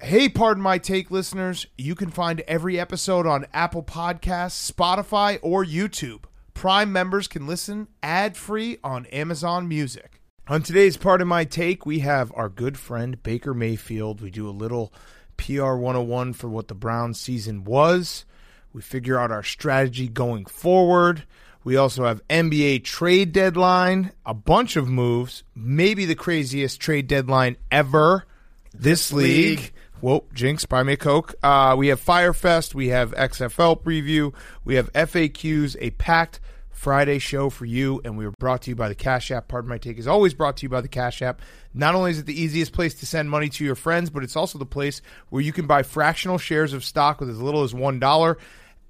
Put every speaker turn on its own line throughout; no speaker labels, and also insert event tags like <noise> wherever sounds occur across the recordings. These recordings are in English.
Hey, pardon my take, listeners. You can find every episode on Apple Podcasts, Spotify, or YouTube. Prime members can listen ad free on Amazon Music. On today's part of my take, we have our good friend Baker Mayfield. We do a little PR 101 for what the Browns season was. We figure out our strategy going forward. We also have NBA trade deadline, a bunch of moves, maybe the craziest trade deadline ever. This league.
league.
Whoa, Jinx, buy me a Coke. Uh, we have Firefest. We have XFL preview. We have FAQs, a packed Friday show for you. And we are brought to you by the Cash App. Pardon my take is always brought to you by the Cash App. Not only is it the easiest place to send money to your friends, but it's also the place where you can buy fractional shares of stock with as little as $1.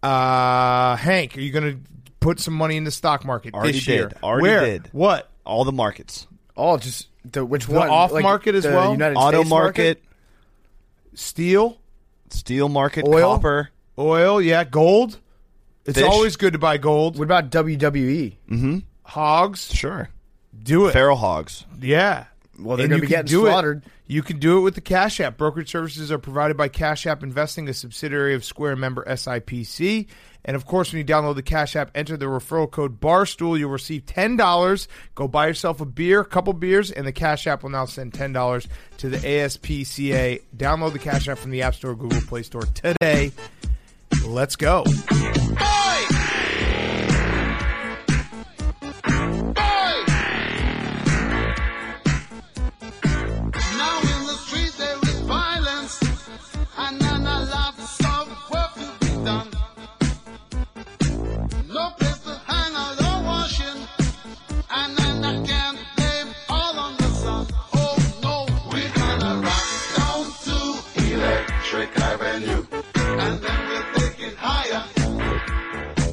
Uh, Hank, are you going to put some money in the stock market
Already
this year?
did. Already
Where?
did.
What?
All the markets.
Oh, just the which
The
one?
off market as
the
well?
United
Auto
States
market,
Steel?
steel market,
Oil?
copper.
Oil? Yeah. Gold? It's
Fish?
always good to buy gold.
What about E? WWE?
Hogs?
Sure.
Do it.
Feral hogs.
Yeah.
Well, they're
And
gonna
you
be
can
getting slaugtered.
It. You can do it with the Cash App. Brokerage services are provided by Cash App Investing, a subsidiary of Square member SIPC. And of course, when you download the Cash App, enter the referral code Barstool. You'll receive ten dollars. Go buy yourself a beer, couple beers, and the Cash App will now send ten dollars to the ASPCA. Download the Cash App from the App Store, Google Play Store today. Let's go.
Now in the street there is violence, and none allowed to solve what to be done. No place to hang or no washing, and then I can't blame all on the sun. Oh no, we're gonna rock down to Electric Avenue, and then we'll take it higher.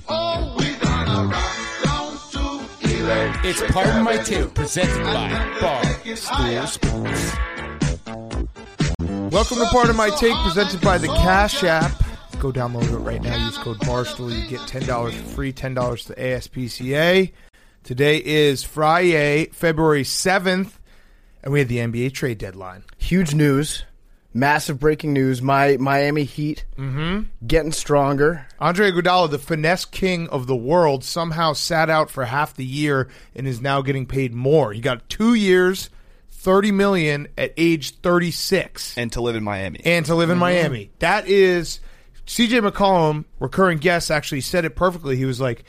Oh, we're gonna rock down to Electric
It's Pardon My
Avenue.
Take, presented by Bar School Sports.
Welcome to Part of My Take, presented by the Cash App. Go download it right now. Use code Barstool. You get ten dollars free. Ten dollars to ASPCA. Today is Friday, February seventh, and we had the NBA trade deadline.
Huge news, massive breaking news. My Miami Heat
Mm-hmm.
getting stronger.
Andre Iguodala, the finesse king of the world, somehow sat out for half the year and is now getting paid more. He got two years, thirty million at age thirty-six.
And to live in Miami.
and to live
Mm-hmm.
in Miami. That is CJ McCollum, recurring guest, actually said it perfectly. He was like,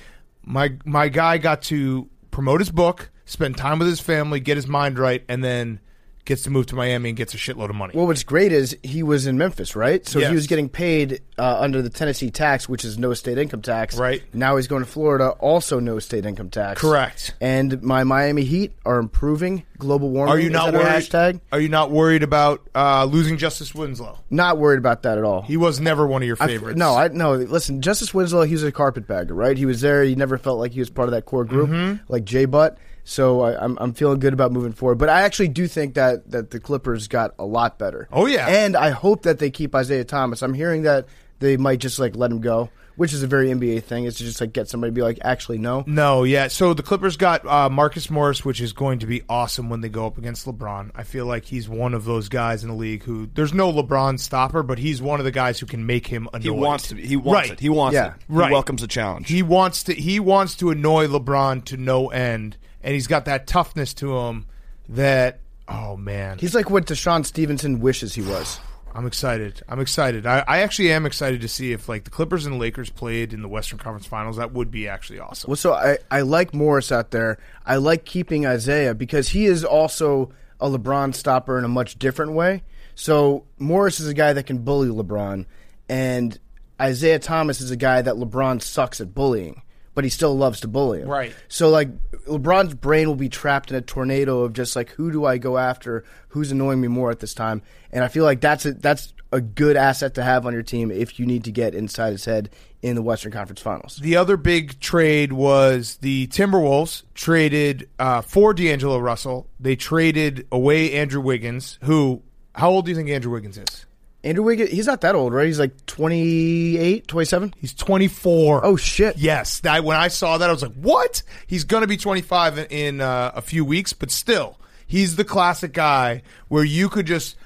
My my guy got to promote his book, spend time with his family, get his mind right, and then gets to move to Miami and gets a shitload of money.
Well, what's great is he was in Memphis, right? So
Yes.
he was getting paid uh, under the Tennessee tax, which is no state income tax.
Right.
Now he's going to Florida, also no state income tax.
Correct.
And my Miami Heat are improving. Global warming.
are you
is
not
that a
worried?
Hashtag.
Are you not worried about uh, losing Justice Winslow?
Not worried about that at all.
He was never one of your
I-
favorites.
no, I no. Listen, Justice Winslow, he was a carpetbagger, right? He was there. He never felt like he was part of that core group,
Mm-hmm.
like Jay Butt. So I, I'm I'm feeling good about moving forward. But I actually do think that that the Clippers got a lot better.
Oh, yeah.
and I hope that they keep Isaiah Thomas. I'm hearing that they might just like let him go, which is a very NBA thing. It's to just like get somebody to be like, actually, no.
No, yeah. So the Clippers got uh, Marcus Morris, which is going to be awesome when they go up against LeBron. I feel like he's one of those guys in the league who there's no LeBron stopper, but he's one of the guys who can make him annoyed.
he wants to be. He wants
Right.
it. He wants
Yeah.
it. He
Right.
welcomes a challenge.
He wants to. He wants to annoy LeBron to no end, and he's got that toughness to him that. Oh man,
He's like what Deshaun Stevenson wishes he was.
I'm excited. I'm excited. I, I actually am excited to see if like the Clippers and Lakers played in the Western Conference Finals. That would be actually awesome.
Well, so I, I like Morris out there. I like keeping Isaiah because he is also a LeBron stopper in a much different way. So Morris is a guy that can bully LeBron, and Isaiah Thomas is a guy that LeBron sucks at bullying, but he still loves to bully him.
Right.
So like LeBron's brain will be trapped in a tornado of just like who do I go after? Who's annoying me more at this time? And I feel like that's a, that's a good asset to have on your team if you need to get inside his head in the Western Conference Finals.
The other big trade was the Timberwolves traded uh, for D'Angelo Russell. They traded away Andrew Wiggins, who how old do you think Andrew Wiggins is?
Andrew Wiggins, he's not that old, right? He's like 28, 27.
He's 24.
Oh, shit.
Yes, that when I saw that I was like, "What? He's going to be 25 in, in uh, a few weeks, but still, he's the classic guy where you could just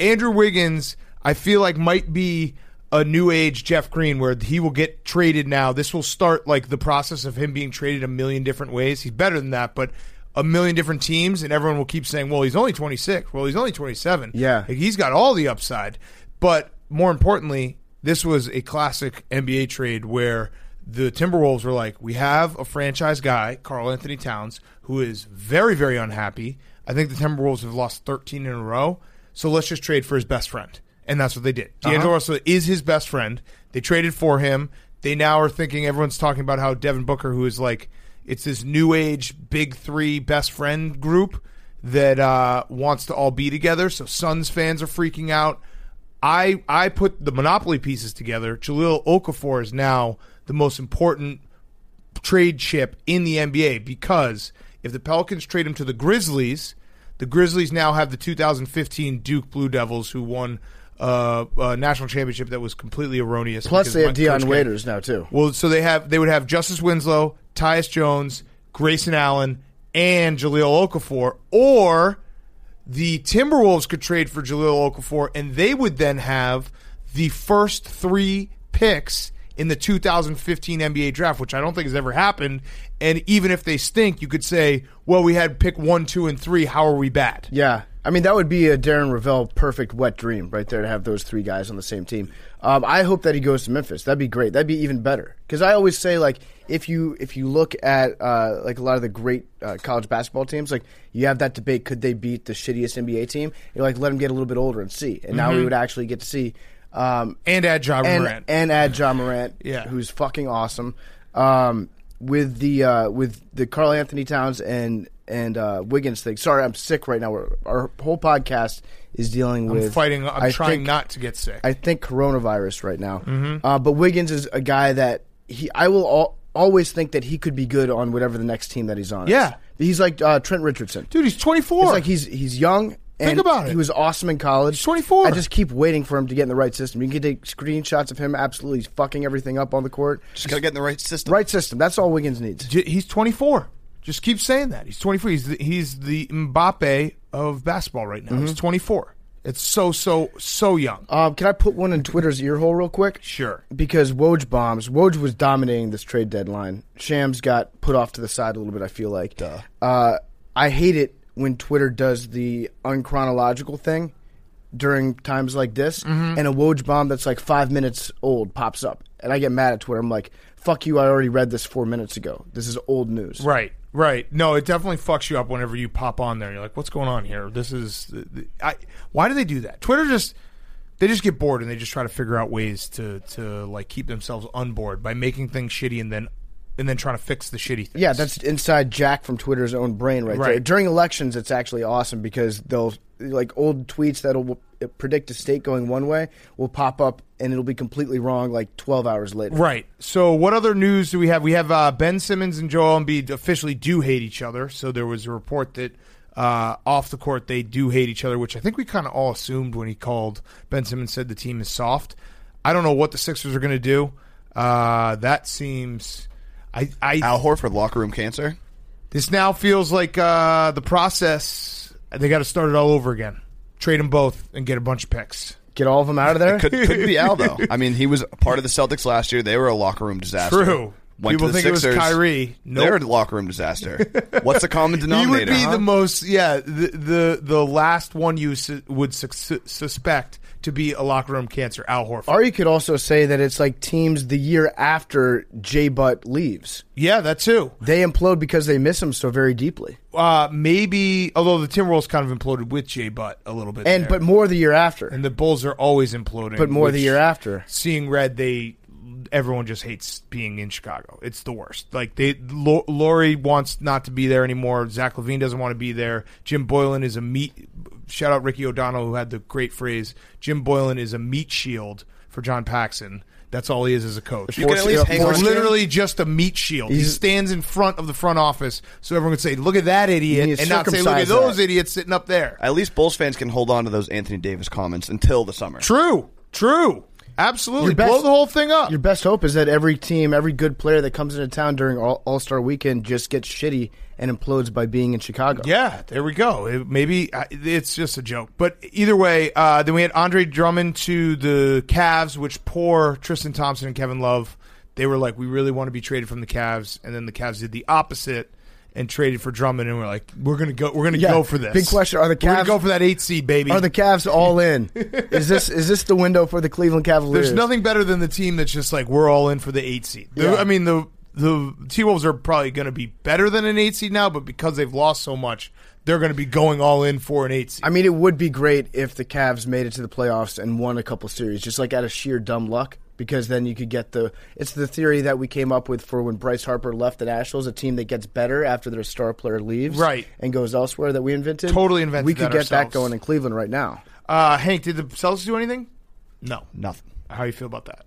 Andrew Wiggins I feel like might be a new age Jeff Green where he will get traded now. This will start like the process of him being traded a million different ways. He's better than that, but a million different teams and everyone will keep saying, "Well, he's only 26. Well, he's only 27."
Yeah.
Like, he's got all the upside. But more importantly, this was a classic NBA trade where the Timberwolves were like, we have a franchise guy, Carl Anthony Towns, who is very, very unhappy. I think the Timberwolves have lost 13 in a row. So let's just trade for his best friend. And that's what they did. D'Angelo Russell is his best friend. They traded for him. They now are thinking, everyone's talking about how Devin Booker, who is like, it's this new age big three best friend group that uh, wants to all be together. So Suns fans are freaking out. I I put the Monopoly pieces together. Jaleel Okafor is now the most important trade chip in the NBA because if the Pelicans trade him to the Grizzlies, the Grizzlies now have the 2015 Duke Blue Devils who won uh, a national championship that was completely erroneous. because
Plus, they have
my coach
Dion
got-
Waiters now too.
well, so they have they would have Justice Winslow, Tyus Jones, Grayson Allen, and Jaleel Okafor, or the Timberwolves could trade for Jaleel Okafor, and they would then have the first three picks in the 2015 NBA draft, which I don't think has ever happened. And even if they stink, you could say, "Well, we had pick one, two, and three. How are we bad?"
Yeah, I mean that would be a Darren Ravel perfect wet dream right there to have those three guys on the same team. Um, I hope that he goes to Memphis. That'd be great. That'd be even better because I always say like if you if you look at uh, like a lot of the great uh, college basketball teams, like you have that debate: could they beat the shittiest NBA team? You're like, let them get a little bit older and see. And now we would actually get to see. Um,
And add Ja
and,
Morant.
and add John Morant,
<laughs> Yeah.
who's fucking awesome. Um, with the uh, with the Carl Anthony Towns and and uh, Wiggins thing. Sorry, I'm sick right now. We're, our whole podcast is dealing with
fighting. I'm
I
trying
think-
not Mm-hmm. to get sick.
I think coronavirus right now. Uh, but Wiggins is a guy that he I will al- always think that he could be good on whatever the next team that he's on. is.
Yeah.
he's like uh, Trent Richardson.
Dude, he's 24.
It's like he's he's young. And
about it.
He was awesome in college.
He's 24.
I just keep waiting for him to get in the right system. You can take screenshots of him absolutely fucking everything up on the court.
Just gotta get in the right system.
Right system. That's all Wiggins needs.
J- he's 24. Just keep saying that. He's 24. He's the, he's the Mbappe of basketball right now.
Mm-hmm.
He's 24. It's so so so young.
Um, can I put one in Twitter's ear hole real quick?
Sure.
Because Woj bombs. Woj was dominating this trade deadline. Shams got put off to the side a little bit. I feel like. Duh. Uh, I hate it when Twitter does the unchronological thing during times like this, and a Woj bomb that's like five minutes old pops up, and I get mad at Twitter. I'm like, "Fuck you! I already read this four minutes ago. This is old news."
Right. Right. No, it definitely fucks you up whenever you pop on there. You're like, "What's going on here? This is the- the- I why do they do that?" Twitter just they just get bored and they just try to figure out ways to to like keep themselves unbored by making things shitty and then and then trying to fix the shitty things.
Yeah, that's inside Jack from Twitter's own brain right, there.
Right.
During elections, it's actually awesome because they'll like old tweets that'll predict a state going one way will pop up and it'll be completely wrong like 12 hours later.
Right. So, what other news do we have? We have uh, Ben Simmons and Joel Embiid officially do hate each other. So there was a report that uh, off the court they do hate each other, which I think we kind of all assumed when he called Ben Simmons said the team is soft. I don't know what the Sixers are going to do. Uh, that seems. I, I
Al Horford locker
<laughs>
room cancer.
this now feels like uh, the process. They got to start it all over again. Trade them both and get a bunch of picks.
Get all of them out of there. <laughs>
Could, could be Al though. I mean, he was a part of the Celtics last year. They were a locker room disaster.
True.
Went
People
to the
think it was
Sixers.
Kyrie. Nope.
They're a locker room disaster. What's the common
<laughs> He would
denominator?
be
huh?
the most, yeah, the the, the last one you su- would su- suspect to be a locker room cancer, Al Horford.
Or you could also say that it's like teams the year after J Butt leaves.
yeah, that too.
They implode because they miss him so very deeply.
Uh, maybe, although the Timberwolves kind of imploded with Jay Butt a little bit,
And
there.
but more the year after.
and the Bulls are always imploding.
But more the
which,
year after.
seeing red, they everyone just hates being in Chicago. It's the worst. Like they, Lo- Lori wants not to be there anymore. Zach Levine doesn't want to be there. Jim Boylan is a meat. Shout out Ricky O'Donnell who had the great phrase. Jim Boylan is a meat shield for John Paxson. That's all he is as a coach.
You can at least hang
He's
on to him.
literally just a meat shield. he
He's-
stands in front of the front office, so everyone can say, "Look at that
You need
idiot,"
to
and not say, "Look at
circumcise
those
that.
idiots sitting up there."
At least Bulls fans can hold on to those Anthony Davis comments until the summer.
True, true. Absolutely.
Your best-
Blow the whole thing up.
Your best hope is that every team, every good player that comes into town during All Star Weekend just gets shitty and implodes by being in Chicago.
Yeah, there we go. It- maybe I- it's just a joke, but either way, uh, then we had Andre Drummond to the Cavs, which poor Tristan Thompson and Kevin Love. They were like, we really want to be traded from the Cavs, and then the Cavs did the opposite and traded for Drummond, and we're like, we're gonna go, we're gonna
Yeah.
go for this.
Big question, are the
We're gonna
Cavs-
go for that eight seed, baby?
Are the Cavs
<laughs>
all in? is this is this the window for the Cleveland Cavaliers?
There's nothing better than the team that's just like we're all in for the eight seed. The-
Yeah.
I mean the the T Wolves are probably going to be better than an eight seed now, but because they've lost so much, they're going to be going all in for an eight seed.
I mean, it would be great if the Cavs made it to the playoffs and won a couple series, just like out of sheer dumb luck, because then you could get the. It's the theory that we came up with for when Bryce Harper left at Asheville's, a team that gets better after their star player leaves,
Right.
and goes elsewhere that we invented.
Totally invented
We could
that
get
ourselves.
that going in Cleveland right now.
Uh, Hank, did the Celtics do anything? No.
Nothing.
How you feel about that?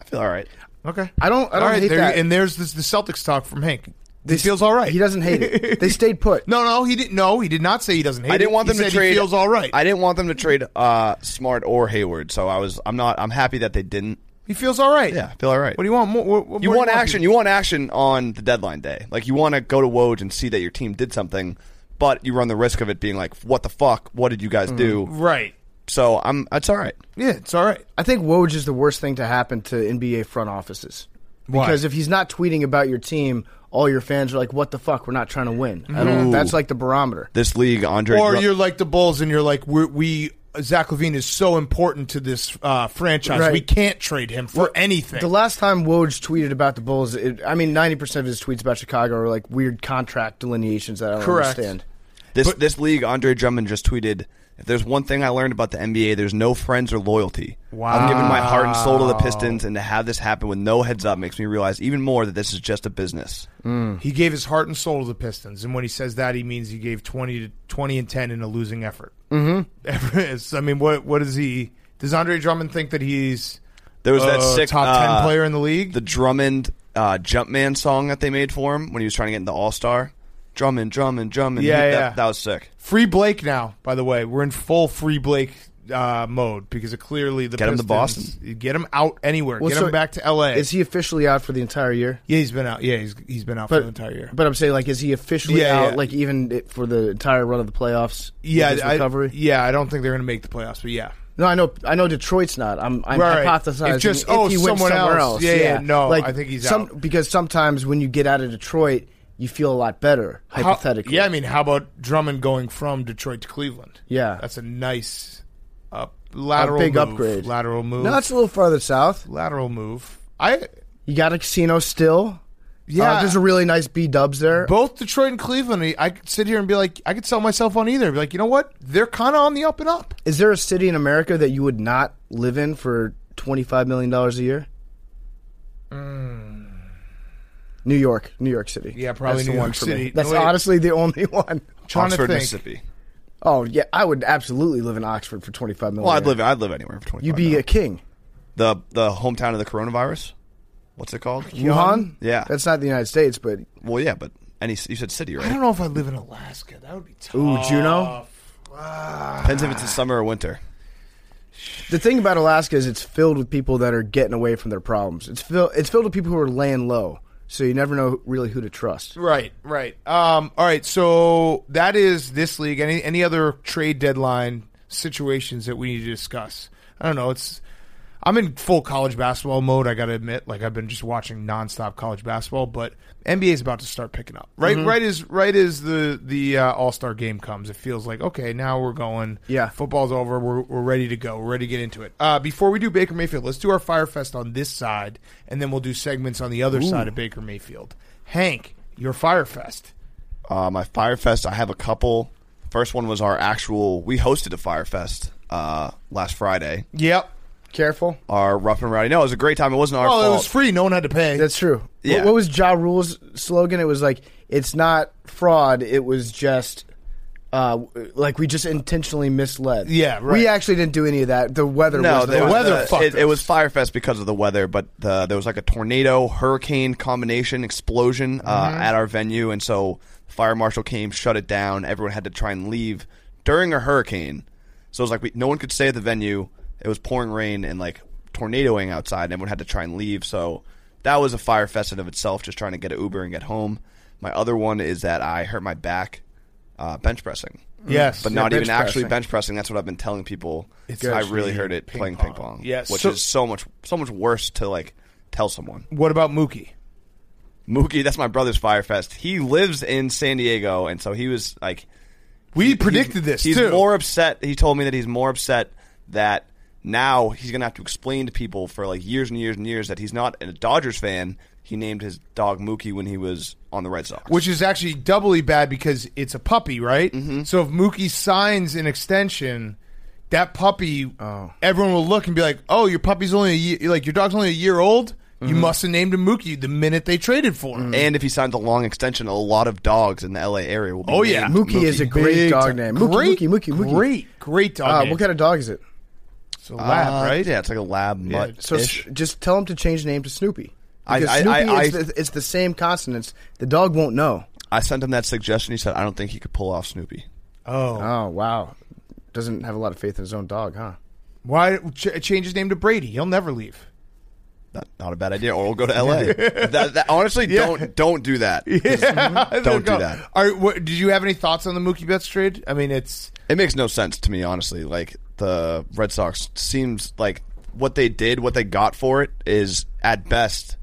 I feel all right.
Okay.
I don't. I don't
all right,
hate
there,
that.
and there's this, the Celtics talk from Hank. he
s-
feels all right.
He doesn't hate it. They stayed put.
<laughs> No, no, he didn't. No, he did not say he doesn't hate.
I didn't want
it.
them
He
to
said
trade.
He feels all right.
I didn't want them to trade uh, Smart or Hayward. So I was. I'm not. I'm happy that they didn't.
he feels all right.
Yeah, I feel all right.
What do you want? More, what, what
You
more
want
do
action. You want action on the deadline day. Like you want to go to Woj and see that your team did something, but you run the risk of it being like, "What the fuck? What did you guys do?"
right.
So I'm. That's all right.
Yeah, it's all right.
I think Woj is the worst thing to happen to NBA front offices.
Why?
Because if he's not tweeting about your team, all your fans are like, "What the fuck? We're not trying to win." I don't,
Ooh.
that's like the barometer.
This league, Andre.
Or
Dru-
you're like the Bulls, and you're like, we're, we Zach Levine is so important to this uh, franchise,
Right.
we can't trade him for anything.
The last time Woj tweeted about the Bulls, it, I mean, ninety percent of his tweets about Chicago are like weird contract delineations that I don't
Correct.
understand.
This this league, Andre Drummond just tweeted. If there's one thing I learned about the NBA, there's no friends or loyalty. Wow. I've given my heart and soul to the Pistons, and to have this happen with no heads up makes me realize even more that this is just a business.
he gave his heart and soul to the Pistons, and when he says that, he means he gave twenty to twenty and ten in a losing effort. Mm-hmm. <laughs> I mean, what what is he? Does Andre Drummond think that he's
There was that
uh,
sick
top
uh,
ten player in the league?
the Drummond uh, Jumpman song that they made for him when he was trying to get into All Star. Drummond, Drummond, Drummond.
Yeah,
He- that,
yeah.
that was sick.
free Blake now. By the way, we're in full free Blake uh, mode because it clearly the
Get him to
Pistons- get him out anywhere,
Well,
get
so
him back to L.A.
Is he officially out for the entire year?
yeah, he's been out. Yeah, he's he's been out for the entire year.
But I'm saying, like, is he officially
Yeah,
out?
yeah.
Like, even it, for the entire run of the playoffs? with
yeah,
his
I,
recovery.
yeah, I don't think they're going to make the playoffs, but yeah.
No, I know, I know. Detroit's not. I'm, I'm
Right, right.
hypothesizing.
If just-
if
oh,
he went
someone
somewhere
else.
else.
Yeah, yeah, no, I think he's
some,
out.
because sometimes when you get out of Detroit, you feel a lot better
How-
hypothetically.
yeah, I mean, how about Drummond going from Detroit to Cleveland?
Yeah.
that's a nice uh, lateral
A big
move,
upgrade.
Lateral move.
no, it's a little farther south.
lateral move. I
You got a casino still.
Yeah.
Uh, there's a really nice B Dubs there.
both Detroit and Cleveland. I- I could sit here and be like, I could sell myself on either. Be like, you know what? They're kind of on the up and up.
Is there a city in America that you would not live in for twenty five million dollars a year? New York, New York City.
Hmm. Yeah, probably
That's
New
the one
York
for
City.
Me. That's
No, wait.
honestly the only <laughs> one.
Trying
Oxford,
to think.
Mississippi.
Oh yeah, I would absolutely live in Oxford for twenty five million.
Well, I'd live. I'd live anywhere for twenty.
You'd be a king.
the the hometown of the coronavirus. What's it called?
Wuhan?
Yeah.
That's not the United States, but ooh,
Well, yeah, but any you said city,
I <sighs>
right?
don't know if I live in Alaska. That would be tough.
Juno.
Depends if it's the summer or winter.
The thing about Alaska is it's filled with people that are getting away from their problems. It's filled it's filled with people who are laying low. So you never know really who to trust.
Right, right. Um, all right, so that is this league. Any any other trade deadline situations that we need to discuss? I don't know. It's I'm in full college basketball mode. I got to admit, like I've been just watching nonstop college basketball, but NBA is about to start picking up. Right, right is right as the the uh, All Star game comes, it feels like okay, now we're going.
Yeah.
football's over. We're we're ready to go. We're ready to get into it. Uh, before we do Baker Mayfield, let's do our Fire Fest on this side, and then we'll do segments on the other side of Baker Mayfield. Hank, your Fire Fest.
Uh, my Firefest, I have a couple. First one was our actual. We hosted a Firefest uh, last Friday.
Yep.
Careful.
Our rough and rowdy. No, it was a great time. It wasn't our
Well,
fault.
Oh, it was free. No one had to pay.
That's true. What-
Yeah.
What, was Ja Rule's slogan? It was like it's not fraud, it was just uh, like we just intentionally misled.
Yeah, right.
We actually didn't do any of that. The weather
No,
was the
there was-
weather
uh,
fucked
it, it
us.
was Firefest because of the weather, but the, there was like a tornado, hurricane combination explosion uh, at our venue, and so fire marshal came, shut it down. Everyone had to try and leave during a hurricane, so it was like we, no one could stay at the venue. It was pouring rain, and like tornadoing outside, and everyone had to try and leave. So that was a fire fest in of itself, just trying to get an Uber and get home. My other one is that I hurt my back uh, bench pressing.
Yes.
but not
Yeah,
even
bench
actually
pressing.
bench pressing. That's what I've been telling people. I really hurt it playing ping pong.
Yes.
which
So-
is so much so much worse to like tell someone.
What about Mookie?
Mookie, that's my brother's fire fest. He lives in San Diego, and so he was like
We predicted this
he's
too.
more upset. He told me that he's more upset that now he's gonna have to explain to people for like years and years and years that he's not a Dodgers fan. He named his dog Mookie when he was on the Red Sox.
which is actually doubly bad because it's a puppy, right?
Mm-hmm.
So if Mookie signs an extension, that puppy,
Oh.
everyone will look and be like, "Oh, your puppy's only a year, like your dog's only a year old. You
Mm-hmm.
must have named him Mookie the minute they traded for him."
and if he signs a long extension, a lot of dogs in the LA area will be
Oh, yeah.
named
Mookie, is a great
Big
dog
time.
name. Mookie,
great,
Mookie, Mookie, Mookie.
great, great dog.
Uh,
name.
what kind of Ah. dog is it?
It's a lab,
Uh,
right?
Yeah, it's like a lab mutt.
So s- just tell him to change the name to Snoopy.
I-
Because
I-
Snoopy,
I-
it's,
I-
the, it's the same consonants. The dog won't know.
I sent him that suggestion. He said, "I don't think he could pull off Snoopy."
Oh,
Oh wow, doesn't have a lot of faith in his own dog, huh?
why ch- change his name to Brady? He'll never
<laughs>
leave.
Not, not a bad idea. Or we'll go to LA. that, that, honestly, don't don't do
<laughs>
that.
There you
do
go.
that.
All right, what, did you have any thoughts on the Mookie Betts trade? I mean, it's
It makes no sense to me, honestly. Like the Red Sox seems like what they did, what they got for it, is at best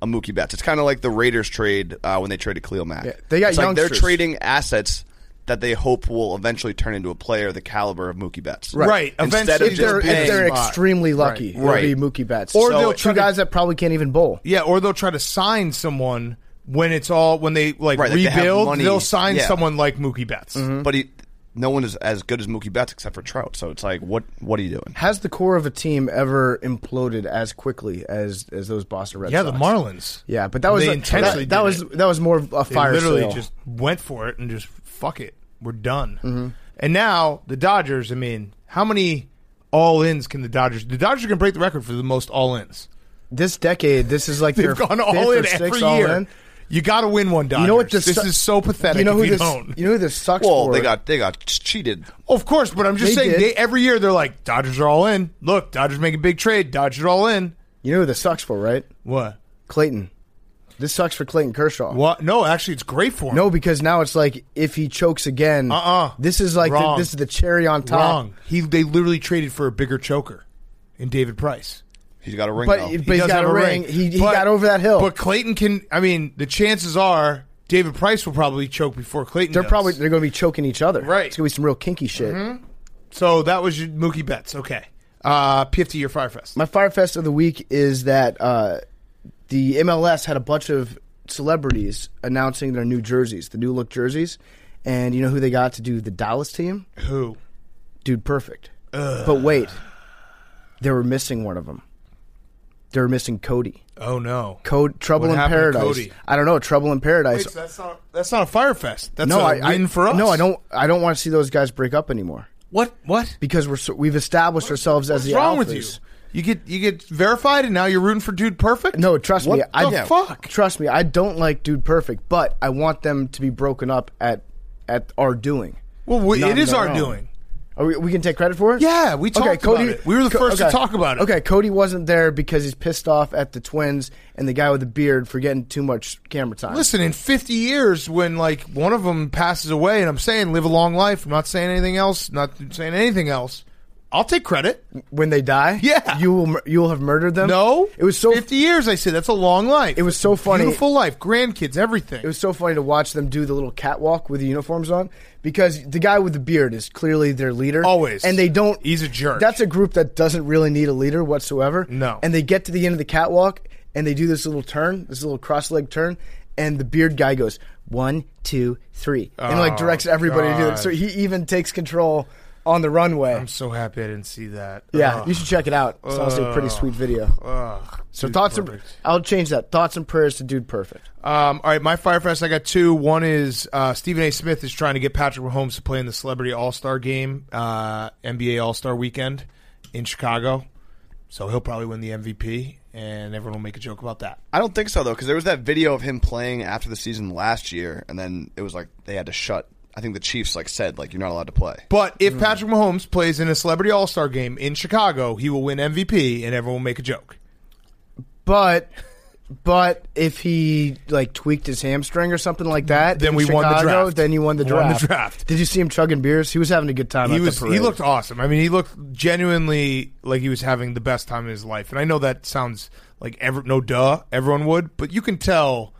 a Mookie Betts. It's kind of like the Raiders trade uh, when they traded Cleo Mack.
Yeah, they got
it's like they're
youngsters.
trading assets that they hope will eventually turn into a player of the caliber of Mookie Betts.
Right. Right,
Instead
eventually
of
If they're,
just
if
paying,
they're
spot.
extremely lucky,
Right.
it'll be Mookie Betts.
Or
Or so
they'll try
two
to-
guys that probably can't even bowl.
Yeah, or they'll try to sign someone when it's all when they like
Right, like they have
rebuild.
money.
will sign
Yeah.
someone like Mookie Betts.
Mm-hmm.
but he, no one is as good as Mookie Betts except for Trout. So it's like, what what are you doing?
Has the core of a team ever imploded as quickly as as those Boston Red
Yeah,
Sox?
the Marlins.
Yeah, but that was
they
like-
intentionally
That, that
did
was
it.
that was more of a
They
fire
literally
sale.
just went for it and just fuck it, we're done.
Mm-hmm.
And now the Dodgers. I mean, how many all ins can the Dodgers? The Dodgers can break the record for the most all ins.
this decade. This is like
<laughs> They've
their
gone
fifth
all
or
in
sixth
every
all
year.
in.
You got to win one, Dodgers.
You know what? This,
This,
su-
is so pathetic.
You know
if
who
you
this?
don't.
You know who this sucks
Well,
for?
they got they got cheated.
Of course, but I'm just
They
saying
did.
they every year they're like Dodgers are all in. Look, Dodgers make a big trade. Dodgers are all in.
You know who this sucks for, right?
What?
Clayton. This sucks for Clayton Kershaw.
What? No, actually, it's great for him.
No, because now it's like if he chokes again,
Uh-uh.
this is like the,
Wrong.
this is the cherry on top.
wrong. He they literally traded for a bigger choker in David Price.
He's got a ring.
But,
though.
but he has
does
got
have
a ring. He, he got over that hill.
But Clayton can. I mean, the chances are David Price will probably choke before Clayton.
they're
does.
probably they're going to be choking each other.
Right. Mm-hmm.
It's going to be some real kinky shit.
so. That was your Mookie Betts. Okay. Uh, PFT your Firefest.
My fire fest of the week is that uh, the MLS had a bunch of celebrities announcing their new jerseys, the new look jerseys, and you know who they got to do the Dallas team?
Who?
Dude Perfect. But wait, they were missing one of them. They were missing Cody.
Oh no.
Code Trouble
What
in
happened to
Paradise.
Cody?
I don't know. Trouble in Paradise.
that's not that's not a Firefest. That's
no,
a
I, I-
win for us.
No, I don't. I don't want to see those guys break up anymore
What? What?
because we're so, we've established ourselves as
What's
the
wrong
alphas.
with you? You get you get verified, and now you're rooting for Dude Perfect.
No, trust me.
What
I
the fuck?
Trust me. I don't like Dude Perfect, but I want them to be broken up at at our doing.
Well, we,
Not
it is
their
our
own.
doing.
Are we, we can take credit for it.
Yeah, we talked about it. We were the first to talk about it.
Okay, Cody wasn't there because he's pissed off at the twins and the guy with the beard for getting too much camera time.
Listen, in 50 years, when like one of them passes away, and I'm saying live a long life, I'm not saying anything else, not saying anything else, I'll take credit.
when they die,
Yeah.
you will mur- you will have murdered them.
No,
Um, it was so
50 years. I said that's a long life.
It was so funny.
beautiful life, grandkids, everything.
It was so funny to watch them do the little catwalk with the uniforms on because the guy with the beard is clearly their leader.
Always.
And they don't.
He's a jerk.
That's a group that doesn't really need a leader whatsoever.
No.
And they get to the end of the catwalk and they do this little turn, this little cross leg turn, and the beard guy goes, one, two, three. and like
Oh,
directs everybody to do it.
God.
So he even takes control on the runway.
I'm uh, so happy I didn't see that.
yeah,
Ugh.
you should check it out. It's honestly a pretty
Ugh.
sweet video.
Ugh.
So
Dude
thoughts and
Perfect.
I'll change that. Thoughts and prayers to Dude Perfect.
Um, all right, my Firefest, I got two. One is uh, Stephen A. Smith is trying to get Patrick Mahomes to play in the Celebrity All Star Game, uh, NBA All Star Weekend in Chicago. So he'll probably win the MVP, and everyone will make a joke about that.
I don't think so though, because there was that video of him playing after the season last year, and then it was like they had to shut. I I think the Chiefs like said like you're not allowed to play.
But if Patrick Mahomes plays in a celebrity all star game in Chicago, he will win MVP and everyone will make a joke.
But but if he like tweaked his hamstring or something like that,
Then
in
we won the
Chicago,
draft.
Then you won the
Won the
draft.
draft.
Did you see him chugging beers? He was having a good time.
He
at
was
The
he
parade.
looked awesome. I mean, he looked genuinely like he was having the best time of his life. And I know that sounds like ever no duh, everyone would, but you can tell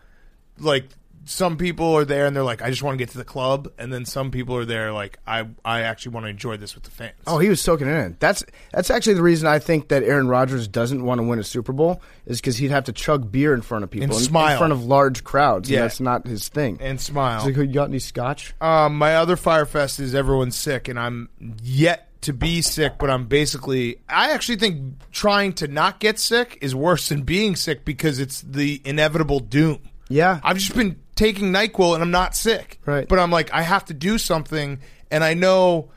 like some people are there and they're like I just want to get to the club and then some people are there like I I actually want to enjoy this with the fans.
Oh, he was soaking it in. That's that's actually the reason I think that Aaron Rodgers doesn't want to win a Super Bowl is because he'd have to chug beer in front of people,
And
in-
smile.
in front of large crowds.
Yeah.
and that's not his thing.
and smile.
He's like, "Oh, you got any scotch?
Um, my other Firefest is everyone's sick, and I'm yet to be sick, but I'm basically. I actually think trying to not get sick is worse than being sick because it's the inevitable doom.
Yeah.
I've just been taking NyQuil and I'm not sick.
Right.
But I'm like, I have to do something, and I know.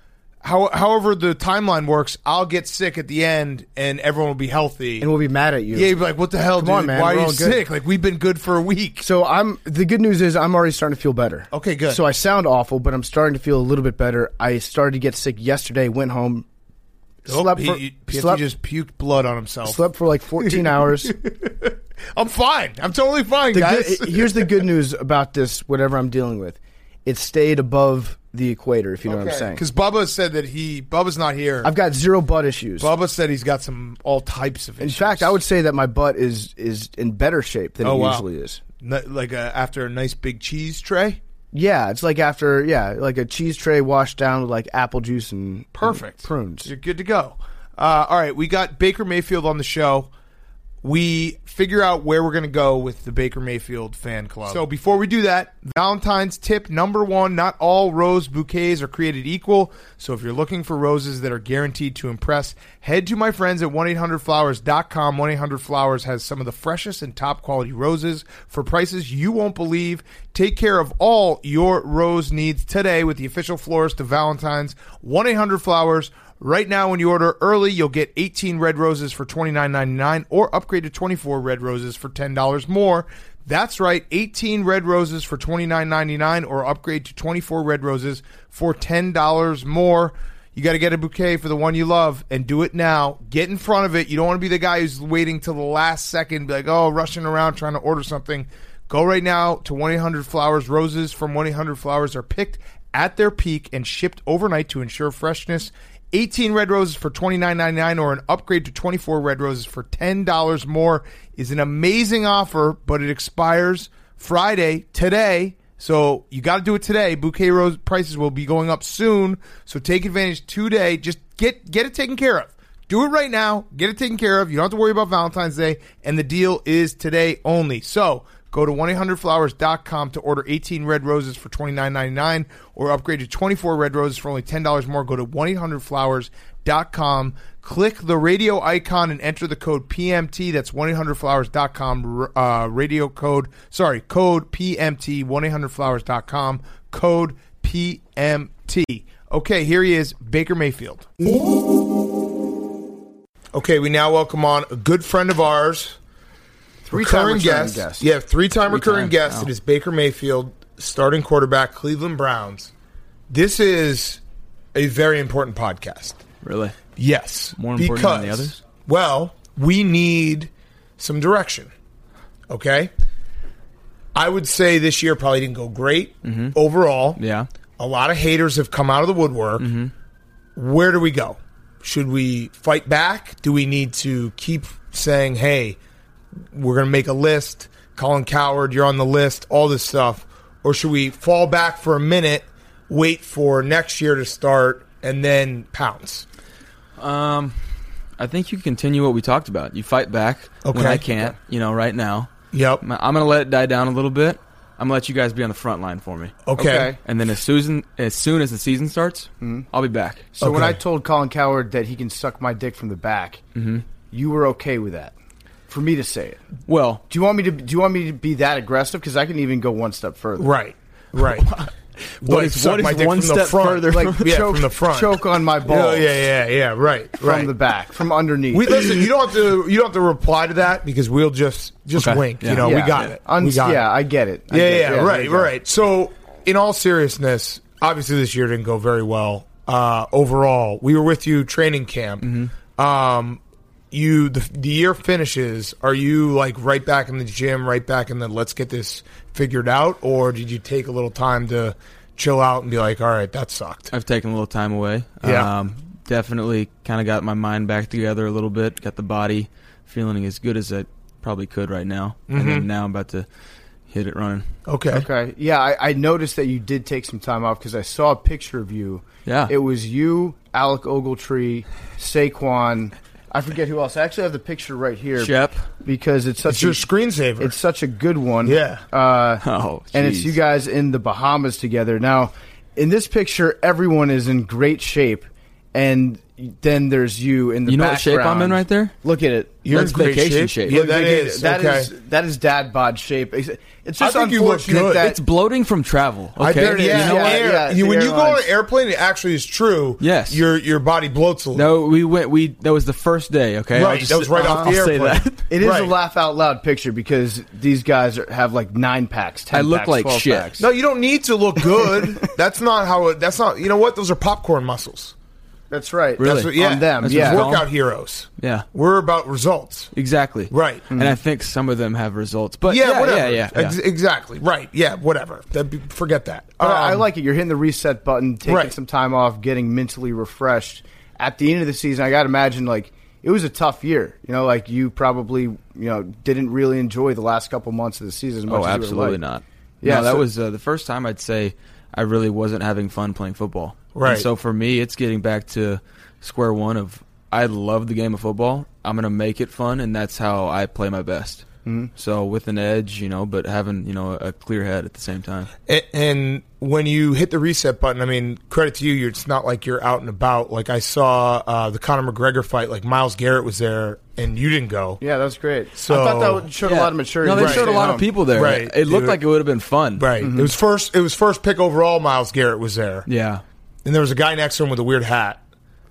How, however, the timeline works, I'll get sick at the end, and everyone will be healthy.
and we'll be mad at you.
yeah, you'll be like, "What the hell,
Come
dude?
on, man,
Why are
we're
you
all good."
sick? Like we've been good for a week."
So I'm the good news is I'm already starting to feel better.
Okay, good.
So I sound awful, but I'm starting to feel a little bit better. I started to get sick yesterday. Went home, slept
Oh, he,
for
he- he
slept,
just puked blood on himself.
slept for
<laughs>
like 14 hours. The
I'm fine. I'm totally fine,
good,
guys.
here's the good news about this. Whatever I'm dealing with, it stayed above the equator. If you know what I'm saying.
Because Bubba said that he Bubba's not here.
I've got zero butt issues.
Bubba said he's got some all types of
in
issues.
fact, I would say that my butt is is in better shape than
Oh,
it
wow.
usually is.
N- like a, after a nice big cheese tray.
Yeah, it's like after yeah, like a cheese tray washed down with like apple juice and
Perfect
and prunes.
You're good to go. Uh, all right, we got Baker Mayfield on the show. We figure out where we're going to go with the Baker Mayfield fan club. So before we do that, Valentine's tip number one: not all rose bouquets are created equal. So if you're looking for roses that are guaranteed to impress, head to my friends at 1-800-Flowers.com. 1-800-Flowers has some of the freshest and top quality roses for prices you won't believe. Take care of all your rose needs today with the official florist of Valentine's, 1-800-Flowers. Right now, when you order early, you'll get 18 red roses for $29.99 or upgrade to 24 red roses for $10 more. That's right, 18 red roses for $29.99 or upgrade to 24 red roses for $10 more. You got to get a bouquet for the one you love and do it now. Get in front of it. You don't want to be the guy who's waiting till the last second, be like, oh, rushing around trying to order something. Go right now to 1 800 Flowers. Roses from 1 800 Flowers are picked at their peak and shipped overnight to ensure freshness. 18 red roses for $29.99 or an upgrade to 24 red roses for $10 more is an amazing offer, but it expires Friday, today. So you got to do it today. Bouquet rose prices will be going up soon. So take advantage today. Just get get it taken care of. Do it right now. Get it taken care of. You don't have to worry about Valentine's Day. And the deal is today only. So go to 1-800-Flowers.com to order 18 red roses for $29.99 or upgrade to 24 red roses for only $10 more. Go to 1-800-Flowers.com. Click the radio icon and enter the code PMT. That's 1-800-Flowers.com. Uh, radio code, sorry, code PMT, 1-800-Flowers.com. Code PMT. Okay, here he is, Baker Mayfield. Okay, we now welcome on a good friend of ours,
Three-time
recurring
returning
guest.
guest.
Yeah, three-time recurring
Three-time,
guest.
wow.
It is Baker Mayfield, starting quarterback, Cleveland Browns. This is a very important podcast.
Really?
Yes,
More important than the others?
Well, we need some direction. Okay, I would say this year probably didn't go great overall.
Mm-hmm. Yeah.
A lot of haters have come out of the woodwork. Where do we go? Should we fight back? Do we need to keep saying, hey, we're going to make a list? Colin Coward, you're on the list, all this stuff. Or should we fall back for a minute, wait for next year to start, and then pounce?
Um, I think you continue what we talked about. You fight back
Okay.
when I can't. You know, right now.
Yep.
I'm I'm gonna let it die down a little bit. I'm gonna let you guys be on the front line for me.
Okay.
Okay.
And then as soon as soon as the season starts,
Mm-hmm.
I'll be back.
So when
Okay. Mm-hmm.
I told Colin Coward that he can suck my dick from the back, you were okay with that. For me to say it,
Well,
do you want me to? Do you want me to be that aggressive? Because I can even go one step further.
Right. Right.
What is-
suck
what is
my dick
one
from the
step
front.
further?
Like
<laughs> yeah,
<laughs> choke
from the front.
choke on my
Yeah,
balls
yeah, yeah, yeah. Right.
from
right.
the back, from underneath.
We listen. You don't have to. You don't have to reply to that because we'll just just
Okay.
wink. You
Yeah.
know,
yeah,
we got it.
Un-
we got
yeah,
it.
I get it. I
yeah,
get it.
yeah,
there
Right,
you go.
right. So, in all seriousness, obviously this year didn't go very well uh, overall. We were with you training camp.
Mm-hmm.
Um, you the, the year finishes. Are you like right back in the gym, right back in the let's get this figured out, or did you take a little time to chill out and be like, all right, that sucked?
I've taken a little time away.
Yeah.
Um, definitely kind of got my mind back together a little bit, got the body feeling as good as I probably could right now. And
Mm-hmm.
then now I'm about to hit it running.
Okay.
Okay. Yeah, I, I noticed that you did take some time off because I saw a picture of you.
Yeah.
It was you, Alec Ogletree, Saquon. I forget who else. I actually have the picture right here.
Shep.
Because it's
It's
such
your
a,
screensaver.
it's such a good one.
Yeah.
Uh,
Oh,
and it's
jeez.
you guys in the Bahamas together. Now, in this picture, everyone is in great shape, and then there's you in the.
You know what shape
background.
I'm in right there?
Look at it.
You're in
That's
great
vacation shape.
Yeah,
Look,
that
Look at
is
it. That
okay.
is- that is dad bod shape. It's it's just
think you look
unfortunate
good.
that
It's bloating from travel. Okay.
I think
it is.
yeah,
You know what?
air-
Yeah,
you-
the
when you go on an
airlines.
airplane, it actually is true.
Yes.
your your body bloats a little.
No, we went. We that was the first day. Okay, I'll
Right, that was right
I'll-
off the
I'll say
airplane.
that.
It is a
Right.
laugh out loud picture because these guys are, have like nine packs, ten.
I look
packs,
like
12
shit.
Packs.
No, you don't need to look good. <laughs> that's not how. It, that's not. You know what? Those are popcorn muscles.
that's right.
Really?
That's what, yeah,
on them.
That's
yeah,
what's
workout heroes.
<laughs> Yeah.
We're about results.
Exactly.
Right.
And I think some of them have results, but
Yeah,
yeah,
whatever.
yeah, yeah, yeah.
Ex- exactly. Right. Yeah, whatever. That'd be, forget that.
But I I
Um,
like it. You're hitting the reset button, taking
Right.
some time off, getting mentally refreshed. At the end of the season, I got to imagine like it was a tough year. You know, like you probably you know didn't really enjoy the last couple months of the season. As much as
Oh,
you would've
absolutely
liked.
not.
Yeah,
Yeah, that
so-
was uh, the first time I'd say I really wasn't having fun playing football. And
Right.
so for me, it's getting back to square one of I love the game of football. I'm going to make it fun, and that's how I play my best.
Mm-hmm.
mm So with an edge, you know, but having you know a clear head at the same time.
A- and when you hit the reset button, I mean, credit to you. You're, it's not like you're out and about. Like I saw uh, the Conor McGregor fight. Like Miles Garrett was there, and you didn't go.
Yeah, that was great.
So-
I thought that showed a
Yeah.
lot of maturity. Um,
No, they
Right.
showed a lot of people there.
Right,
It looked
dude.
like it would have been fun.
Right. It was first. It was first pick overall. Miles Garrett was there,
Mm-hmm. Yeah.
and there was a guy next to him with a weird hat.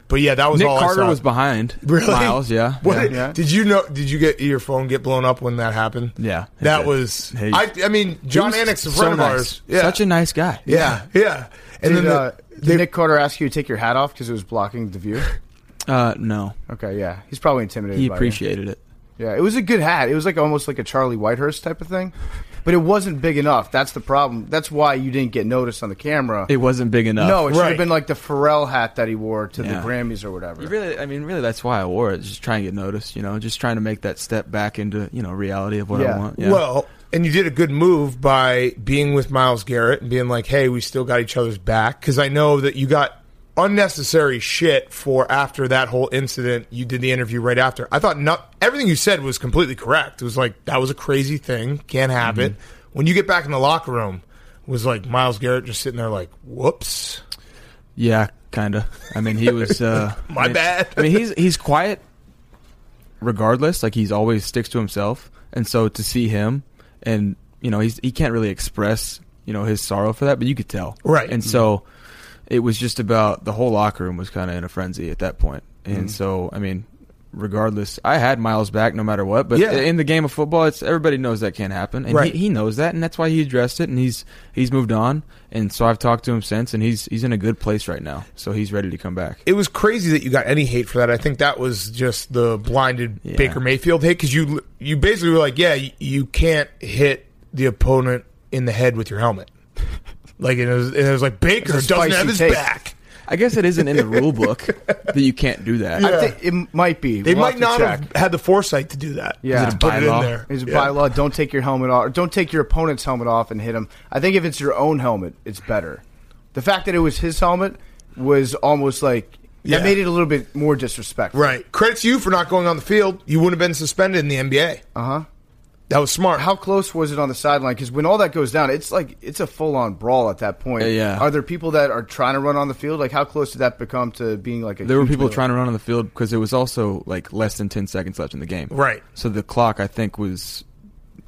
But yeah, that was
Nick
all. I
Carter
saw.
was behind.
Really?
Miles, yeah.
<laughs> What
yeah.
did,
Yeah.
did you know? Did you get your phone get blown up when that happened?
Yeah, it
that
did.
was.
Hey.
I, I mean, John
He was
Annick's a
so
friend of
nice.
ours. Yeah,
Such a nice guy.
yeah, yeah. And
Did,
then the-
uh, did
they-
Nick Carter ask you to take your hat off because it was blocking the
<laughs>
view?
Uh, no.
Oh,
Okay, yeah, he's probably intimidated.
He
by you.
appreciated it.
Yeah, it was a good hat. It was like almost like a Charlie Whitehurst type of thing, but it wasn't big enough. That's the problem. That's why you didn't get noticed on the camera.
It wasn't big enough.
no, it should
Right.
have been like the Pharrell hat that he wore to
Yeah.
the Grammys or whatever.
You really, I mean, really, that's why I wore it. Just trying to get noticed, you know, just trying to make that step back into, you know, reality of what
Yeah.
I want. Yeah.
well, and you did a good move by being with Miles Garrett and being like, "Hey, we still got each other's back." Because I know that you got unnecessary shit for after that whole incident. You did the interview right after. I thought not everything you said was completely correct. It was like that was a crazy thing. Can't have it. When you get back in the locker room, was like Miles Garrett just sitting there like, "Whoops."
yeah, kind of. I mean, he
<laughs>
was. Uh,
My
I mean-
bad.
I mean, he's he's quiet, regardless. Like he's always sticks to himself, and so to see him, and you know, he's he can't really express, you know, his sorrow for that, but you could tell,
Right.
And so, it was just about the whole locker room was kind of in a frenzy at that point, and
Mm-hmm.
so I mean. Regardless, I had Miles back no matter what. But
Yeah.
in the game of football, it's everybody knows that can't happen, and
Right.
he, he knows that, and that's why he addressed it, and he's he's moved on, and so I've talked to him since, and he's he's in a good place right now, so he's ready to come back.
it was crazy that you got any hate for that. I think that was just the blinded
Yeah.
Baker Mayfield hate because you you basically were like, yeah, you, you can't hit the opponent in the head with your helmet.
<laughs>
Like and it was, and it was like Baker
That's a
doesn't
spicy
have his
take.
back.
I guess it isn't in the rule <laughs> book that you can't do that.
I think it might be.
They
We'll
might
have to
not
check.
have had the foresight to do that.
Yeah.
to put it in
Bylaw?
there.
It's a
Yeah.
bylaw. Don't take your helmet off. Or don't take your opponent's helmet off and hit him. I think if it's your own helmet, it's better. The fact that it was his helmet was almost like
Yeah.
that made it a little bit more disrespectful.
Right. Credit to you for not going on the field. You wouldn't have been suspended in the NBA. Uh huh. That was smart.
Uh-huh. How close was it on the sideline? Because when all that goes down, it's like it's a full on brawl at that point.
Yeah, yeah.
Are there people that are trying to run on the field? Like how close did that become to being like a?
There were
huge
people
melee?
trying to run on the field because it was also like less than ten seconds left in the game.
Right.
So the clock, I think, was